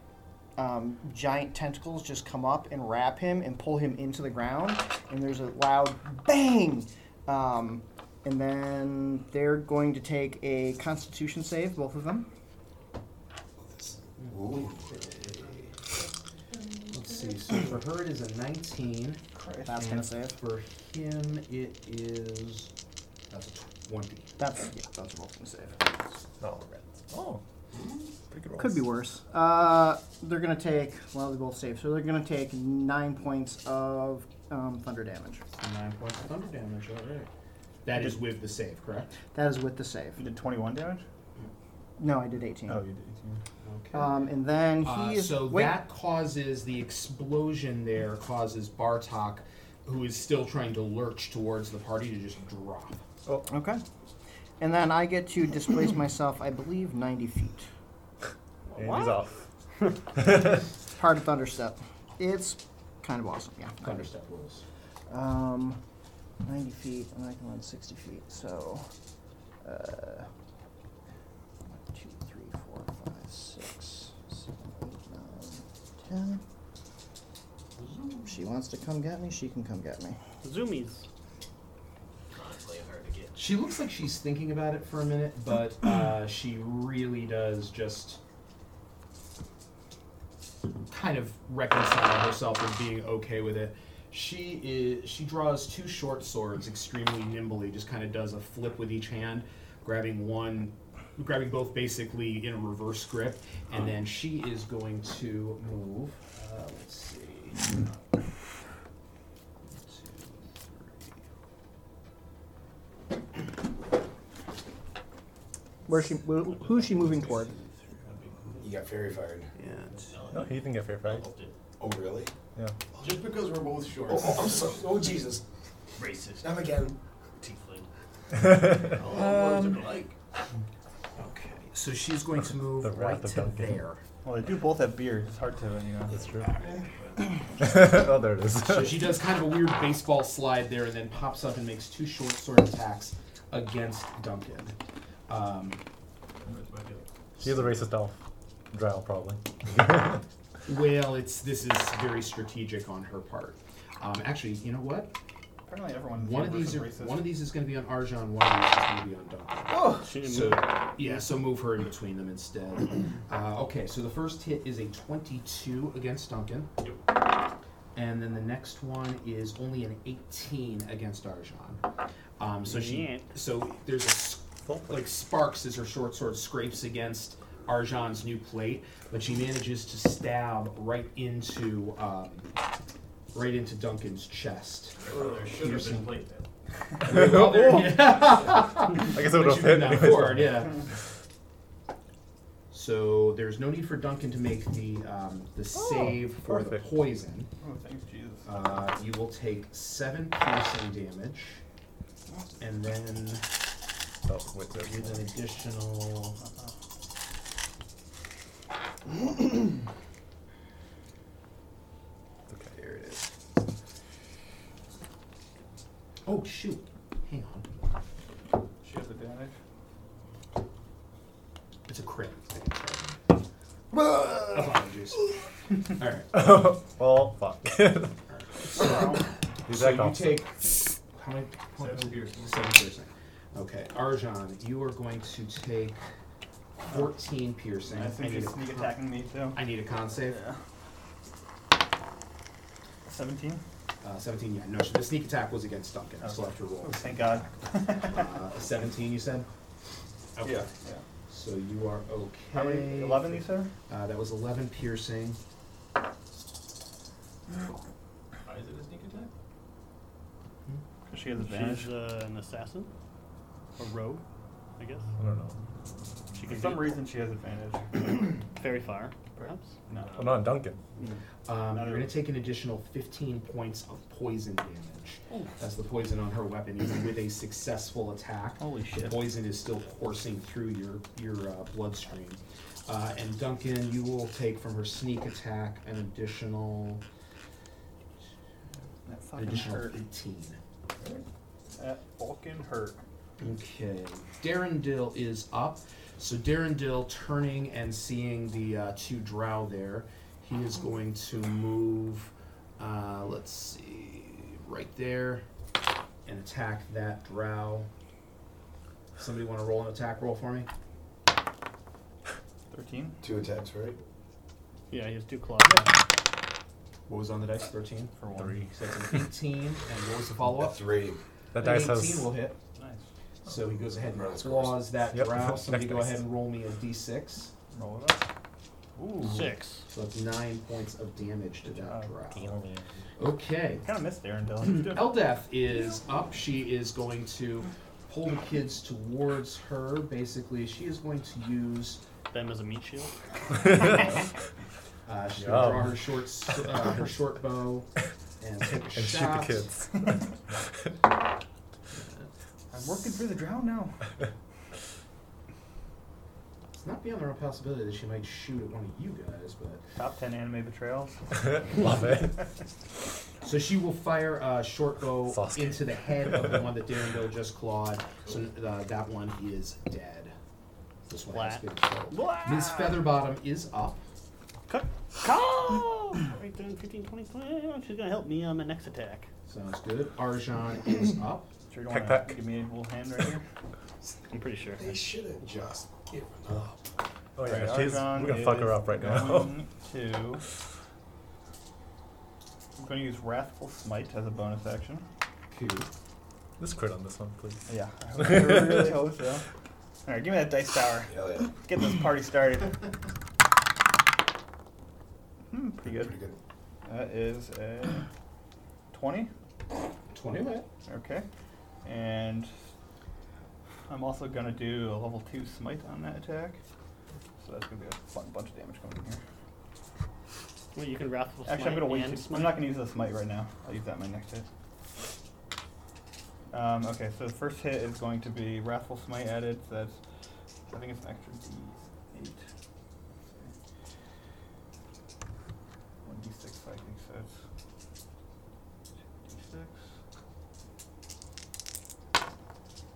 um, giant tentacles just come up and wrap him and pull him into the ground, and there's a loud bang. Um, and then they're going to take a Constitution save, both of them. This- Let's see. So for her, it is a 19. That's gonna and save. For him, it is. That's a 20. That's yeah, that's roll from save. No. Oh. Pretty good rolls. Could be worse. Uh, they're gonna take. Well, they both save, so they're gonna take nine points of um, thunder damage. Nine points of thunder damage. All right. That is with the save, correct? That is with the save. You did 21 damage? No, I did eighteen. Oh, you did 18. Okay. Um, and then he Uh, is. so wait, that causes the explosion there causes Bartok, who is still trying to lurch towards the party, to just drop. Okay. And then I get to displace myself, I believe, 90 feet. And he's (laughs) off. Part of Thunderstep. It's kind of awesome, yeah. Thunderstep rules. Um, 90 feet, and I can run 60 feet, so. Uh, 1, 2, 3, 4, 5, 6, 7, 8, 9, 10. She wants to come get me, she can come get me. Zoomies. She looks like she's thinking about it for a minute, but uh, she really does just kind of reconcile herself as being okay with it. She is. She draws two short swords extremely nimbly. Just kind of does a flip with each hand, grabbing one, grabbing both basically in a reverse grip, and then she is going to move. Uh, let's see. One, two, three, Where's she? wh- Who's she moving toward? You got fairy fired. No, he didn't get fair fight. Oh, really? Yeah. Just because we're both short. Oh, I'm so. Oh, Jesus. Racist. Not again. (laughs) Oh, Tiefling. All Um, words are alike. Okay, so she's going to move The right wrath of to Duncan. there. Well, they do both have beards. It's hard to, you know. That's true. (laughs) oh, there it is. So she does kind of a weird baseball slide there and then pops up and makes two short sword attacks against Duncan. Um, He's a racist elf. Drow, probably. well, it's this is very strategic on her part. Um, actually, you know what? Apparently, everyone. One of these are, racist. Oh! one of these is going to be on Arjan, one of these is going to be on Duncan. She didn't So move. yeah, so move her in between them instead. (clears throat) Uh, okay, so the first hit is a twenty-two against Duncan, and then the next one is only an eighteen against Arjan. Um, so she, Yeah. so there's a s- like sparks as her short sword scrapes against Arjan's new plate, but she manages to stab right into um, right into Duncan's chest. Oh, There should have been plate (laughs) then. Well, (laughs) there- I guess it would have But you hit could not anyways. afford, yeah. So there's no need for Duncan to make the um, the save for Oh, perfect. the poison. Oh, thanks, Jesus. Uh, you will take seven piercing damage, and then Oh, wait, there. with an additional. Uh-huh. There it is. Oh shoot! Hang on, She has a damage. it's a crit. Bah! Apologies. All right. (laughs) well, (laughs) fuck. He's So that you elf. take how many points? Seven piercing. Okay, Arjan, you are going to take fourteen piercing. Uh-huh. I I think need she's a, sneak attacking me, too. I need a con save. Yeah. 17? Uh, seventeen. Yeah, no, the sneak attack was against Duncan. I still have to roll. Oh, thank God. Uh, seventeen, you said. Okay. Yeah. So you are okay. How many? 11, you said? Uh, that was eleven piercing. Why is it a sneak attack? Because she has advantage. She's uh, an assassin. A rogue, I guess. I don't know. She For could some be reason, she has advantage. (coughs) fairy fire, perhaps. No. Oh, no, Duncan. Um, you're going to take an additional 15 points of poison damage. That's the poison on her weapon, even with a successful attack. Holy The shit. poison is still coursing through your your uh, bloodstream. Uh, and Duncan, you will take from her sneak attack an additional That an fucking additional hurt. 18. That fucking hurt. Okay. Darendil is up. So Darendil, turning and seeing the uh, two drow there, he is going to move, uh, let's see, right there and attack that drow. Somebody want to roll an attack roll for me? 13? Two attacks, right? Yeah, he has two claws. What was on the dice? 13 for one. Three. So that's an 18. And what was the follow up? Three. That An dice 18 has- will hit. Nice. So he goes ahead and Runs claws that Yep. (laughs) drow. Next Somebody go dice. ahead and roll me a d6. Roll it up. Ooh. Six. So that's nine points of damage to Oh, that drow. Okay. Kind of missed Aaron Dillon. (clears throat) Eldeth is up. She is going to pull the kids towards her. Basically, she is going to use. Them as a meat shield. Uh, she's going to draw Yum. her short, s- uh, her short bow and take (laughs) a And shoot shot. the (laughs) kids. I'm working for the drown now. It's not beyond the real possibility that she might shoot at one of you guys, but Top 10 anime betrayals. (laughs) Love it. so she will fire a short bow Sasuke. into the head of the one that Darendil just clawed. So uh, that one is dead. This one has been killed. Miss Featherbottom is up. Cut. (coughs) Come! Right there, 15, 20, 21. She's gonna help me on my next attack. Sounds good. Arjan is up. Sure, you Peck, want peck. to give me a little hand right here? I'm pretty sure. They should have just given up. Oh yeah, Right, she's, Argon we're gonna fuck her is up right now. going To, I'm going to use Wrathful Smite as a bonus action. Two. Let's crit on this one, please. Yeah. I really (laughs) hope so. Alright, give me that dice tower. Hell yeah. Get this party started. Hmm, pretty good. Pretty good. That is a 20. 21. Okay. And I'm also going to do a level 2 smite on that attack. So that's going to be a fun bunch of damage coming in here. Well, you can wrathful smite Actually, I'm going to wait. and to- smite. I'm not going to use the smite right now. I'll use that in my next hit. Um, okay, so the first hit is going to be Wrathful Smite added. So that's, I think it's an extra d8. 1d6, I think, so it's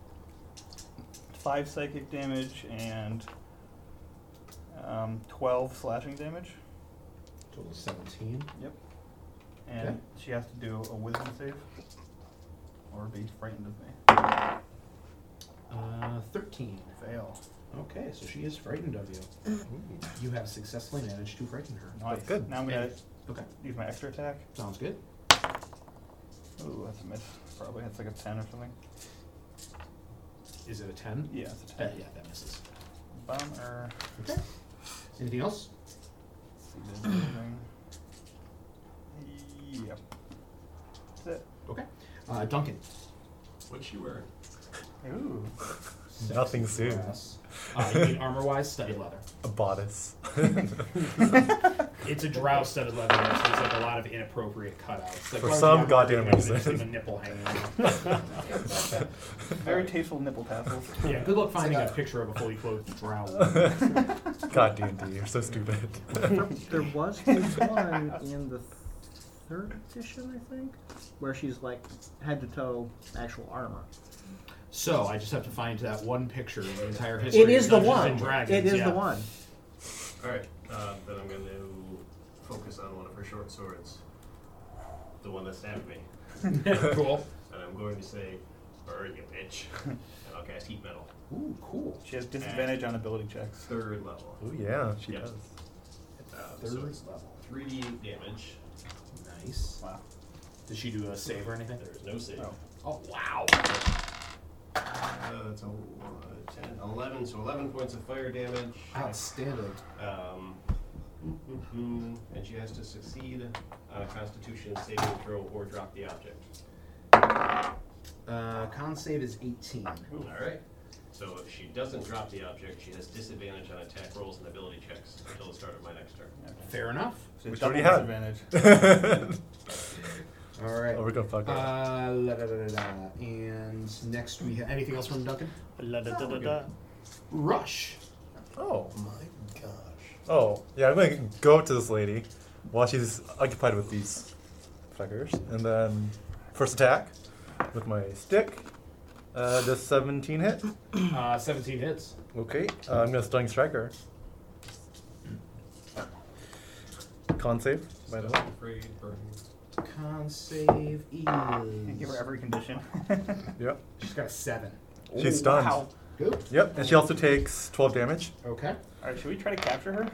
d6. 5 psychic damage and um, 12 slashing damage. Total 17. Yep. And Okay. she has to do a wisdom save or be frightened of me. Uh, 13. Fail. Okay, so she is frightened of you. You have successfully managed to frighten her. Nice. good. Now I'm going to Okay, use my extra attack. sounds good. Ooh, that's a miss. Probably that's like a 10 or something. Is it a 10? Yeah, it's a Uh, 10. yeah, that misses. Bummer. Okay. Anything else? Seated moving. Yep. That's it. Okay. Uh, Duncan. What's she wearing? Ooh. Nothing Sexy soon. dress. Uh, you mean armor wise? Studded leather. (laughs) A (laughs) bodice. It's a drow studded leather, so there's like a lot of inappropriate cutouts. For Like part of some the armor, goddamn you know, there's reason. even a nipple hanging (laughs) out. Very tasteful nipple tassels. yeah, good luck finding a picture of a fully clothed (laughs) drow. God, D&D, you're so stupid. (laughs) (laughs) there was this one in the third edition, I think, where she's like head to toe actual armor. So I just have to find that one picture in the entire history. It is of the Dungeons one. and Dragons, It is yeah. the one. Alright, uh, then I'm going to focus on one of her short swords. The one that stabbed (laughs) me. Oh. cool. And I'm going to say, burn, you (laughs) bitch. and I'll cast heat metal. Ooh, cool. She has disadvantage on ability checks. Third level. Oh yeah, she Yep. does. Uh, Third so it's level. 3d8 damage. Nice. Wow. Did she do a save or anything? There is no save. Oh. Oh wow. Uh, that's a uh, 10, 11, so 11 points of fire damage. Outstanding. Um, and she has to succeed on a constitution saving throw or drop the object. Uh, con save is 18. Alright. So if she doesn't drop the object, she has disadvantage on attack rolls and ability checks until the start of my next turn. Fair enough. She has Which double one do you have? disadvantage. (laughs) All right. oh, we're gonna fuck her up. Uh, la, da, da, da, da. And next we have anything else from Duncan? La da da da da. Rush. Oh. My gosh. Oh, yeah, I'm gonna go up to this lady while she's occupied with these fuckers. And then first attack with my stick. Uh, does 17 hit? Uh, 17 hits. Okay, uh, I'm gonna stunning strike her. Con save, by the way. Afraid, burn. Con save Give her is. (laughs) every condition. (laughs) Yep. She's got a 7. She's stunned. Wow. Good. Yep, and she also takes 12 damage. Okay. Alright, should we try to capture her?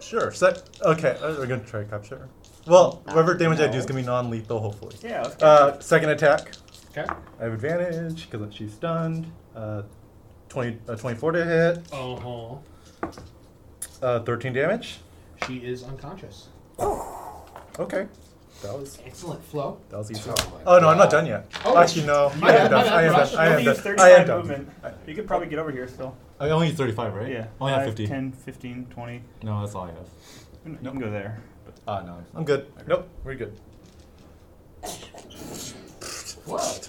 Sure. So, okay, uh, we're gonna try to capture. Well, whatever damage I do is No. gonna be non-lethal, hopefully. Yeah, let's go. Uh, second attack. Okay. I have advantage because she's stunned. Uh, 20, uh, 24 to hit. Uh huh. Uh, 13 damage. She is unconscious. Okay. That was Excellent flow. that was easy. Oh my Oh, no, I'm not done yet. Oh. Actually, no. I am bad, my done. bad, I am Rosh. done. I am only use done. I am 35 done. movement. You could probably get over here still. I only use 35, right? Yeah. Only have Five, 50. 10, 15, 20. No, that's all I have. You can- You can go there. Ah, no. I'm good. Nope, we're good. What?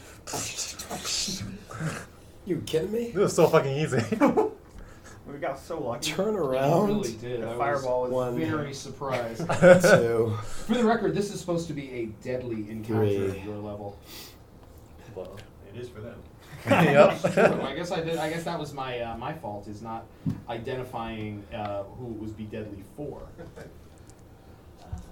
you kidding me? This was so fucking easy. (laughs) We got so lucky. Turn I around. really did. The I fireball was is one. very surprised. Two. For the record, this is supposed to be a deadly encounter Three. at your level. Well, it is for them. yep. (laughs) So I guess I did. I guess that was my uh, my fault is not identifying uh, who it would be deadly (laughs) for.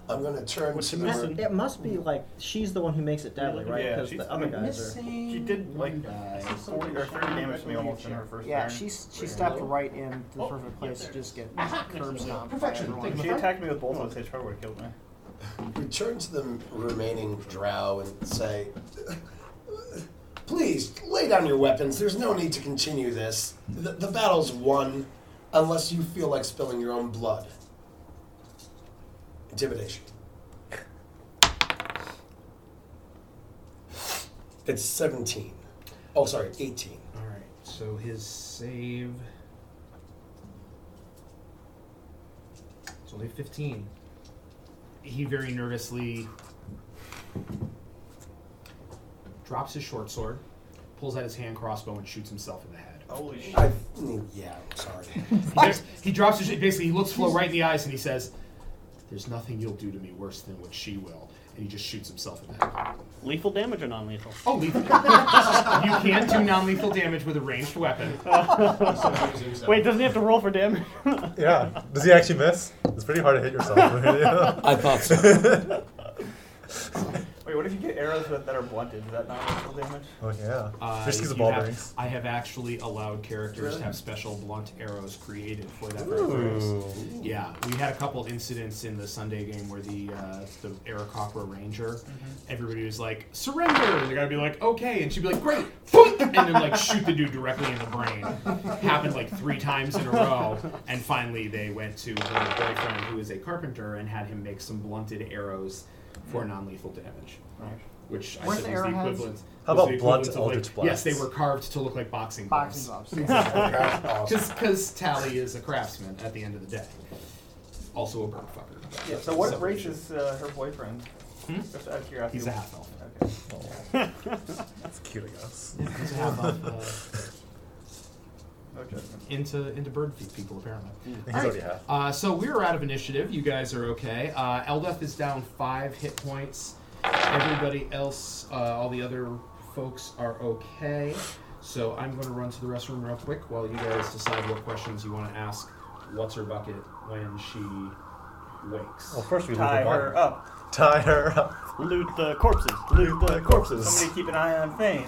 I'm gonna turn What's to the message? the It must be like she's the one who makes it deadly, right? Yeah, Because she's- the other guys are. Missing. She did like one guy. 40 or 30 damage to me almost in her first Yeah, turn. Oh, she s- she stepped right in the perfect place to just (laughs) get curb stomped by Perfection. everyone. Thank She you. attacked me with both of those. She probably would have killed me. we turn to the remaining drow and say, "Please lay down your weapons. There's no need to continue this. The, the battle's won, unless you feel like spilling your own blood." Intimidation. It's 17. Oh, sorry, 18. All right. So his save. It's only fifteen. He very nervously drops his short sword, pulls out his hand crossbow, and shoots himself in the head. Holy shit. I, mm, yeah, I'm sorry. There's- (laughs) he drops his. Basically, he looks Flo right in the eyes and he says, "There's nothing you'll do to me worse than what she will." And he just shoots himself in the head. Lethal damage or non lethal? Oh, lethal! (laughs) you can do non-lethal damage with a (laughs) ranged weapon. (laughs) Wait, doesn't he have to roll for damage? yeah. Does he actually miss? It's pretty hard to (laughs) hit yourself. (laughs) I thought so. Wait, what if you get arrows that, that are blunted? Is that not lethal damage? oh, yeah. Uh, Just because of you ball have- bearings. I have actually allowed characters Really? to have special blunt arrows created for that purpose. Yeah, we had a couple incidents in the Sunday game where the uh, the Aerocopra Ranger, everybody was like, "Surrender!" And the guy would be like, "Okay," and she'd be like, "Great!" Boom! and then like shoot the dude directly in the brain. Happened like three times in a row, and finally they went to her boyfriend, who is a carpenter, and had him make some blunted arrows for non-lethal damage. Which I Where's said the was the arrowheads? equivalent. How was about the blunt equivalent of, like- Eldritch blasts? Yes, they were carved to look like boxing Boxing gloves. gloves. (laughs) Awesome. Just because Tally is a craftsman at the end of the day. Also a bird fucker. Yeah, so what race is uh, her boyfriend? Just out of curiosity. Hmm? He's a half elf. Okay. (laughs) That's cute, I guess. He's a half elf. Uh, (laughs) No judgment. into into bird feed people apparently. He's Alright. already half. Uh, so we are out of initiative. You guys are okay. Uh, Eldeth is down five hit points. Everybody else, uh, all the other folks are okay. So I'm going to run to the restroom real quick while you guys decide what questions you want to ask. What's her bucket when she wakes? Well, first we Tie leave her her body. up. Tie her up. Loot the corpses. Loot the corpses. Somebody keep an eye on (laughs) Fane.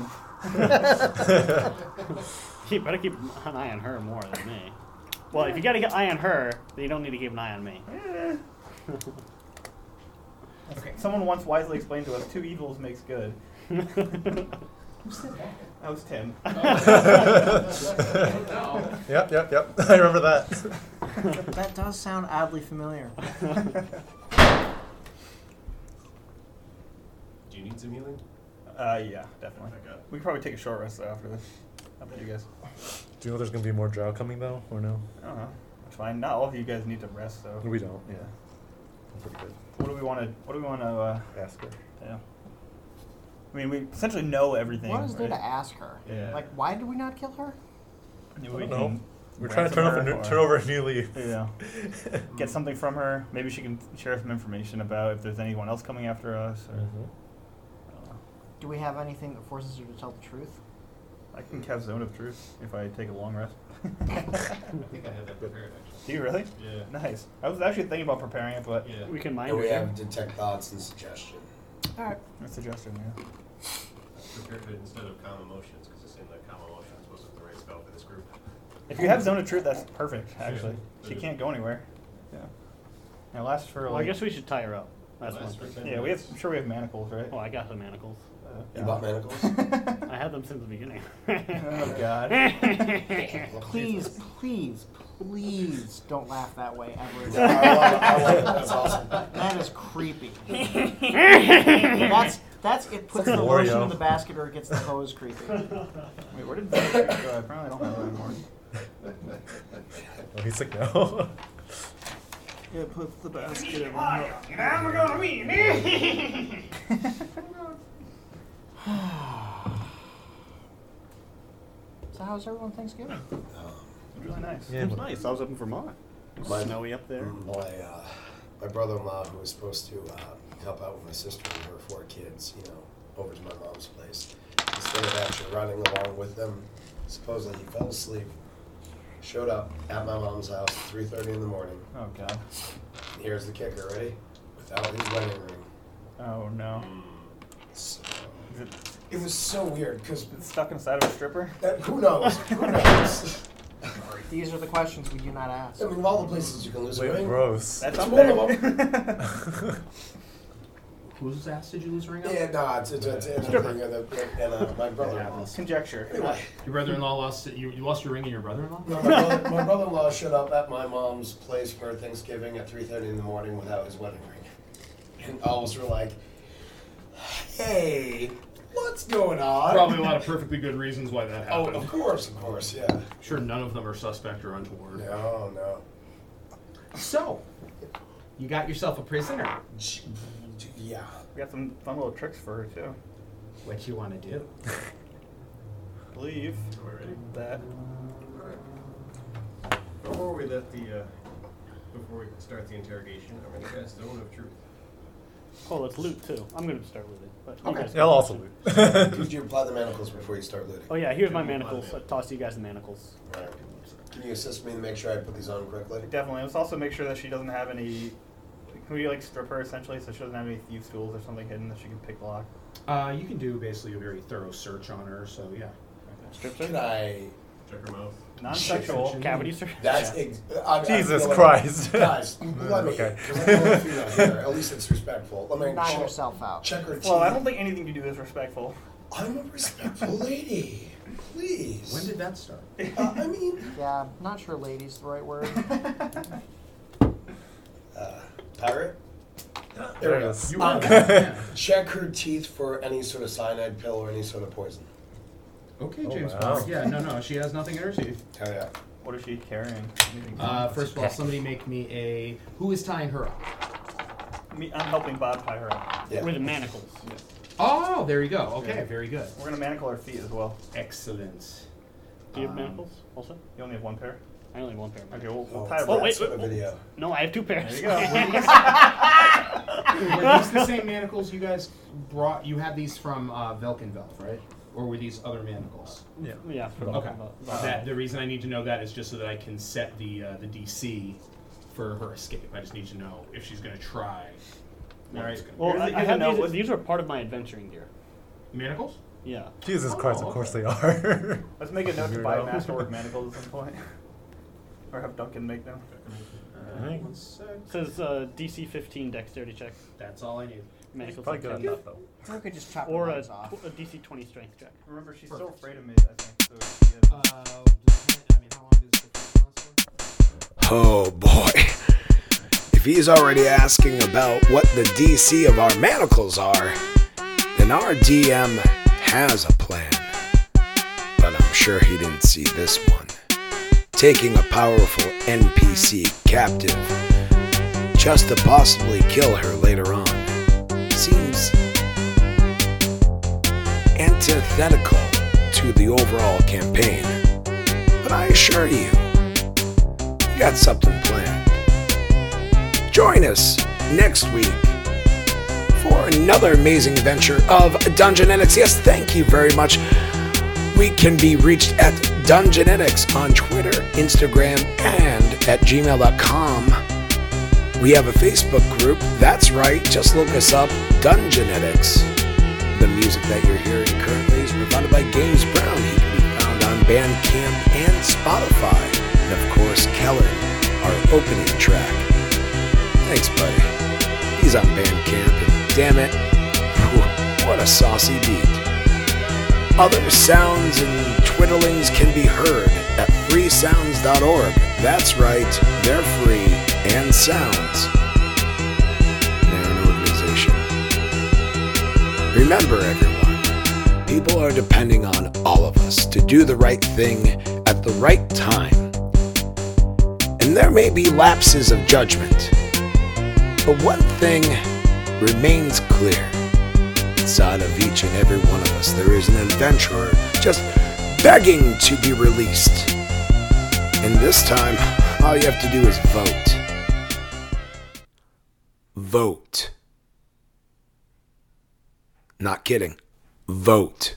Keep, better keep an eye on her more than me. Well, if you gotta get eye on her, then you don't need to keep an eye on me. Eh. Someone once wisely explained to us, two evils makes (laughs) good. That was Tim. Oh. (laughs) Yep, yep, yep. (laughs) I remember that. That does sound oddly (laughs) familiar. Do you need some healing? Uh, yeah, definitely. We could probably take a short rest though after this. How about you guys? Do you know there's going to be more drow coming, though, or no? I don't know. It's fine. Not all of you guys need to rest though. We don't. Yeah. I'm pretty good. What do we want to? What do we want to? Uh, Ask her. yeah. I mean, we essentially know everything. What is there to right? ask her? Yeah. Like, why did we not kill her? I mean, I we don't know. can We're trying to turn, over, ransom new, her turn or- over a new leaf. Yeah. (laughs) Get something from her. Maybe she can share some information about if there's anyone else coming after us. Or Mhm. Do we have anything that forces her to tell the truth? I can cast Zone of Truth if I take a long rest. (laughs) (laughs) I think I have that prepared Do you really? actually. Yeah. Nice. I was actually thinking about preparing it, but Yeah. We can mind And Oh, we her. have detect thoughts and suggestion. I suggested, yeah. Prepared it instead of calm emotions because it seemed like calm emotions wasn't the right spell for this group. If you have Zone of Truth, that's perfect, actually. Yeah. She can't go anywhere. Yeah. And it lasts for Well, I like. guess we should tie her up. That's Last one for thing. ten yeah, we have. I'm sure we have manacles, right? Oh, I got the manacles. Uh, You bought manacles? (laughs) I had them since the beginning. oh (laughs) God. Please, please, please don't laugh that way (laughs) I ever. love it, I love it, that's awesome. that is (laughs) creepy. that's that's it puts the lotion in Oreo. the basket or it gets the hose creepy. Wait, where did that go? I probably don't have that anymore. (laughs) Oh, he's sick now. (laughs) It puts the basket in (laughs) So how's everyone Thanksgiving? It was really nice. Yeah, it was but- nice. I was up in Vermont. It was Mine- snowy up there. My uh, my brother-in-law, who was supposed to uh, help out with my sister and her four kids, you know, over to my mom's place, instead of actually running along with them, supposedly he fell asleep. Showed up at my mom's house at 3:30 in the morning. Oh God. Here's the kicker, ready? Without his wedding ring. Oh no. So, Is it it was so weird because it's stuck inside of a stripper? who knows? Who knows? (laughs) These are the questions we do not ask. I mean, of all the places you can lose a ring, Gross. That's It's up one there. of (laughs) Whose ass did you lose ring yeah, no, it's it's, it's and, Stripper. and, uh, and uh, my brother-in-law. Conjecture. Anyway. Your brother-in-law lost it. You, you lost your ring and your brother-in-law. No, my, brother, (laughs) my brother-in-law showed up at my mom's place for Thanksgiving at 3.30 in the morning without his wedding ring. And all of us were like, hey, what's going on? Probably a (laughs) lot of perfectly good reasons why that Oh, happened. of course, of course, yeah. Sure, none of them are suspect or untoward. No, no. So, you got yourself a prisoner. J- j- Yeah. We got some fun little tricks for her too. What you want to do? (laughs) Believe that. Before we let the, uh, before we start the interrogation, I'm gonna cast Zone of Truth. Oh, let's loot too. I'm going to start with it. But you Okay. guys- Yeah, I'll also loot. Could you apply the manacles before you start looting? Oh yeah, here's my manacles. I toss you guys the manacles. All right. Can you assist me to make sure I put these on correctly? Definitely. Let's also make sure that she doesn't have any. Like, can we like strip her essentially so she doesn't have any thieves' tools or something hidden that she can pick lock? Uh, you can do basically a very thorough search on her. So yeah. Strips Can her. I... Check her mouth. Non-sexual. Cavity search. That's... Yeah. Ex- I, I Jesus feel like- Christ. (laughs) (laughs) Guys, (laughs) let me... Okay. 'cause I'm the only female here. At least it's respectful. Let me Knock check- yourself out. check her teeth. Well, I don't think anything you do is respectful. I'm a respectful lady. Please. When did that start? uh, I mean, Yeah, not sure lady's the right word. (laughs) uh, pirate. There There it we go. is. (laughs) You are. Check her teeth for any sort of cyanide pill or any sort of poison. Okay, Oh, James. wow. Bond. Yeah, no, no, Uh, she has nothing in her teeth. Hell yeah. What is she carrying? Anything? Uh, first of all, somebody make me a. Who is tying her up? Me, I'm helping Bob tie her up. Yeah. With the manacles. Oh, there you go. Okay, very good. We're gonna manacle her feet as well. Excellent. Do you have Um, manacles also? You only have one pair. I only have one pair. of Okay, manacles. we'll, we'll Oh, tie her. Oh, back. wait, that's wait, on a wait. video. No, I have two pairs. (laughs) There you go. Were (laughs) these the same manacles you guys brought? You had these from uh, Velkenvelf, right? Or were these other manacles? Yeah. yeah. For Okay. about- Uh, That, the reason I need to know that is just so that I can set the uh, the DC for her escape. I just need to know if she's going to try. what Alright. it's gonna be. Well, Here's I, a- I here's a have note these. with- These are part of my adventuring gear. Manacles? Oh, Yeah. Jesus Christ, of course they are. (laughs) Let's make a note to buy Weirdo. masterwork manacles at some point, (laughs) or have Duncan make them. Alright. One sec. says uh, DC 15 dexterity check. That's all I need. Manacles Probably good like enough 10. though. Or we could just chop Or the a, legs tw- off. a DC 20 strength check. Remember, she's still Perfect. afraid of me. I think. So she, Uh, depend- I mean, how long does the first last for? Oh boy. If he's already asking about what the DC of our manacles are, then our DM has a plan. But I'm sure he didn't see this one. Taking a powerful NPC captive just to possibly kill her later on seems antithetical to the overall campaign. But I assure you, we got something planned. Join us next week for another amazing venture of Dungeonetics. Yes, thank you very much. We can be reached at Dungeonetics on Twitter, Instagram, and at gmail.com. We have a Facebook group. That's right. Just look us up, Dungeonetics. The music that you're hearing currently is provided by James Brown. He can be found on Bandcamp and Spotify. And of course, Keller, our opening track. Thanks, buddy. He's on Bandcamp, and damn it, whew, what a saucy beat. Other sounds and twiddlings can be heard at freesounds.org. That's right, they're free and sounds. They're an organization. Remember, everyone, people are depending on all of us to do the right thing at the right time. And there may be lapses of judgment. But one thing remains clear. Inside of each and every one of us, there is an adventurer just begging to be released. And this time, all you have to do is vote. Vote. Not kidding. Vote.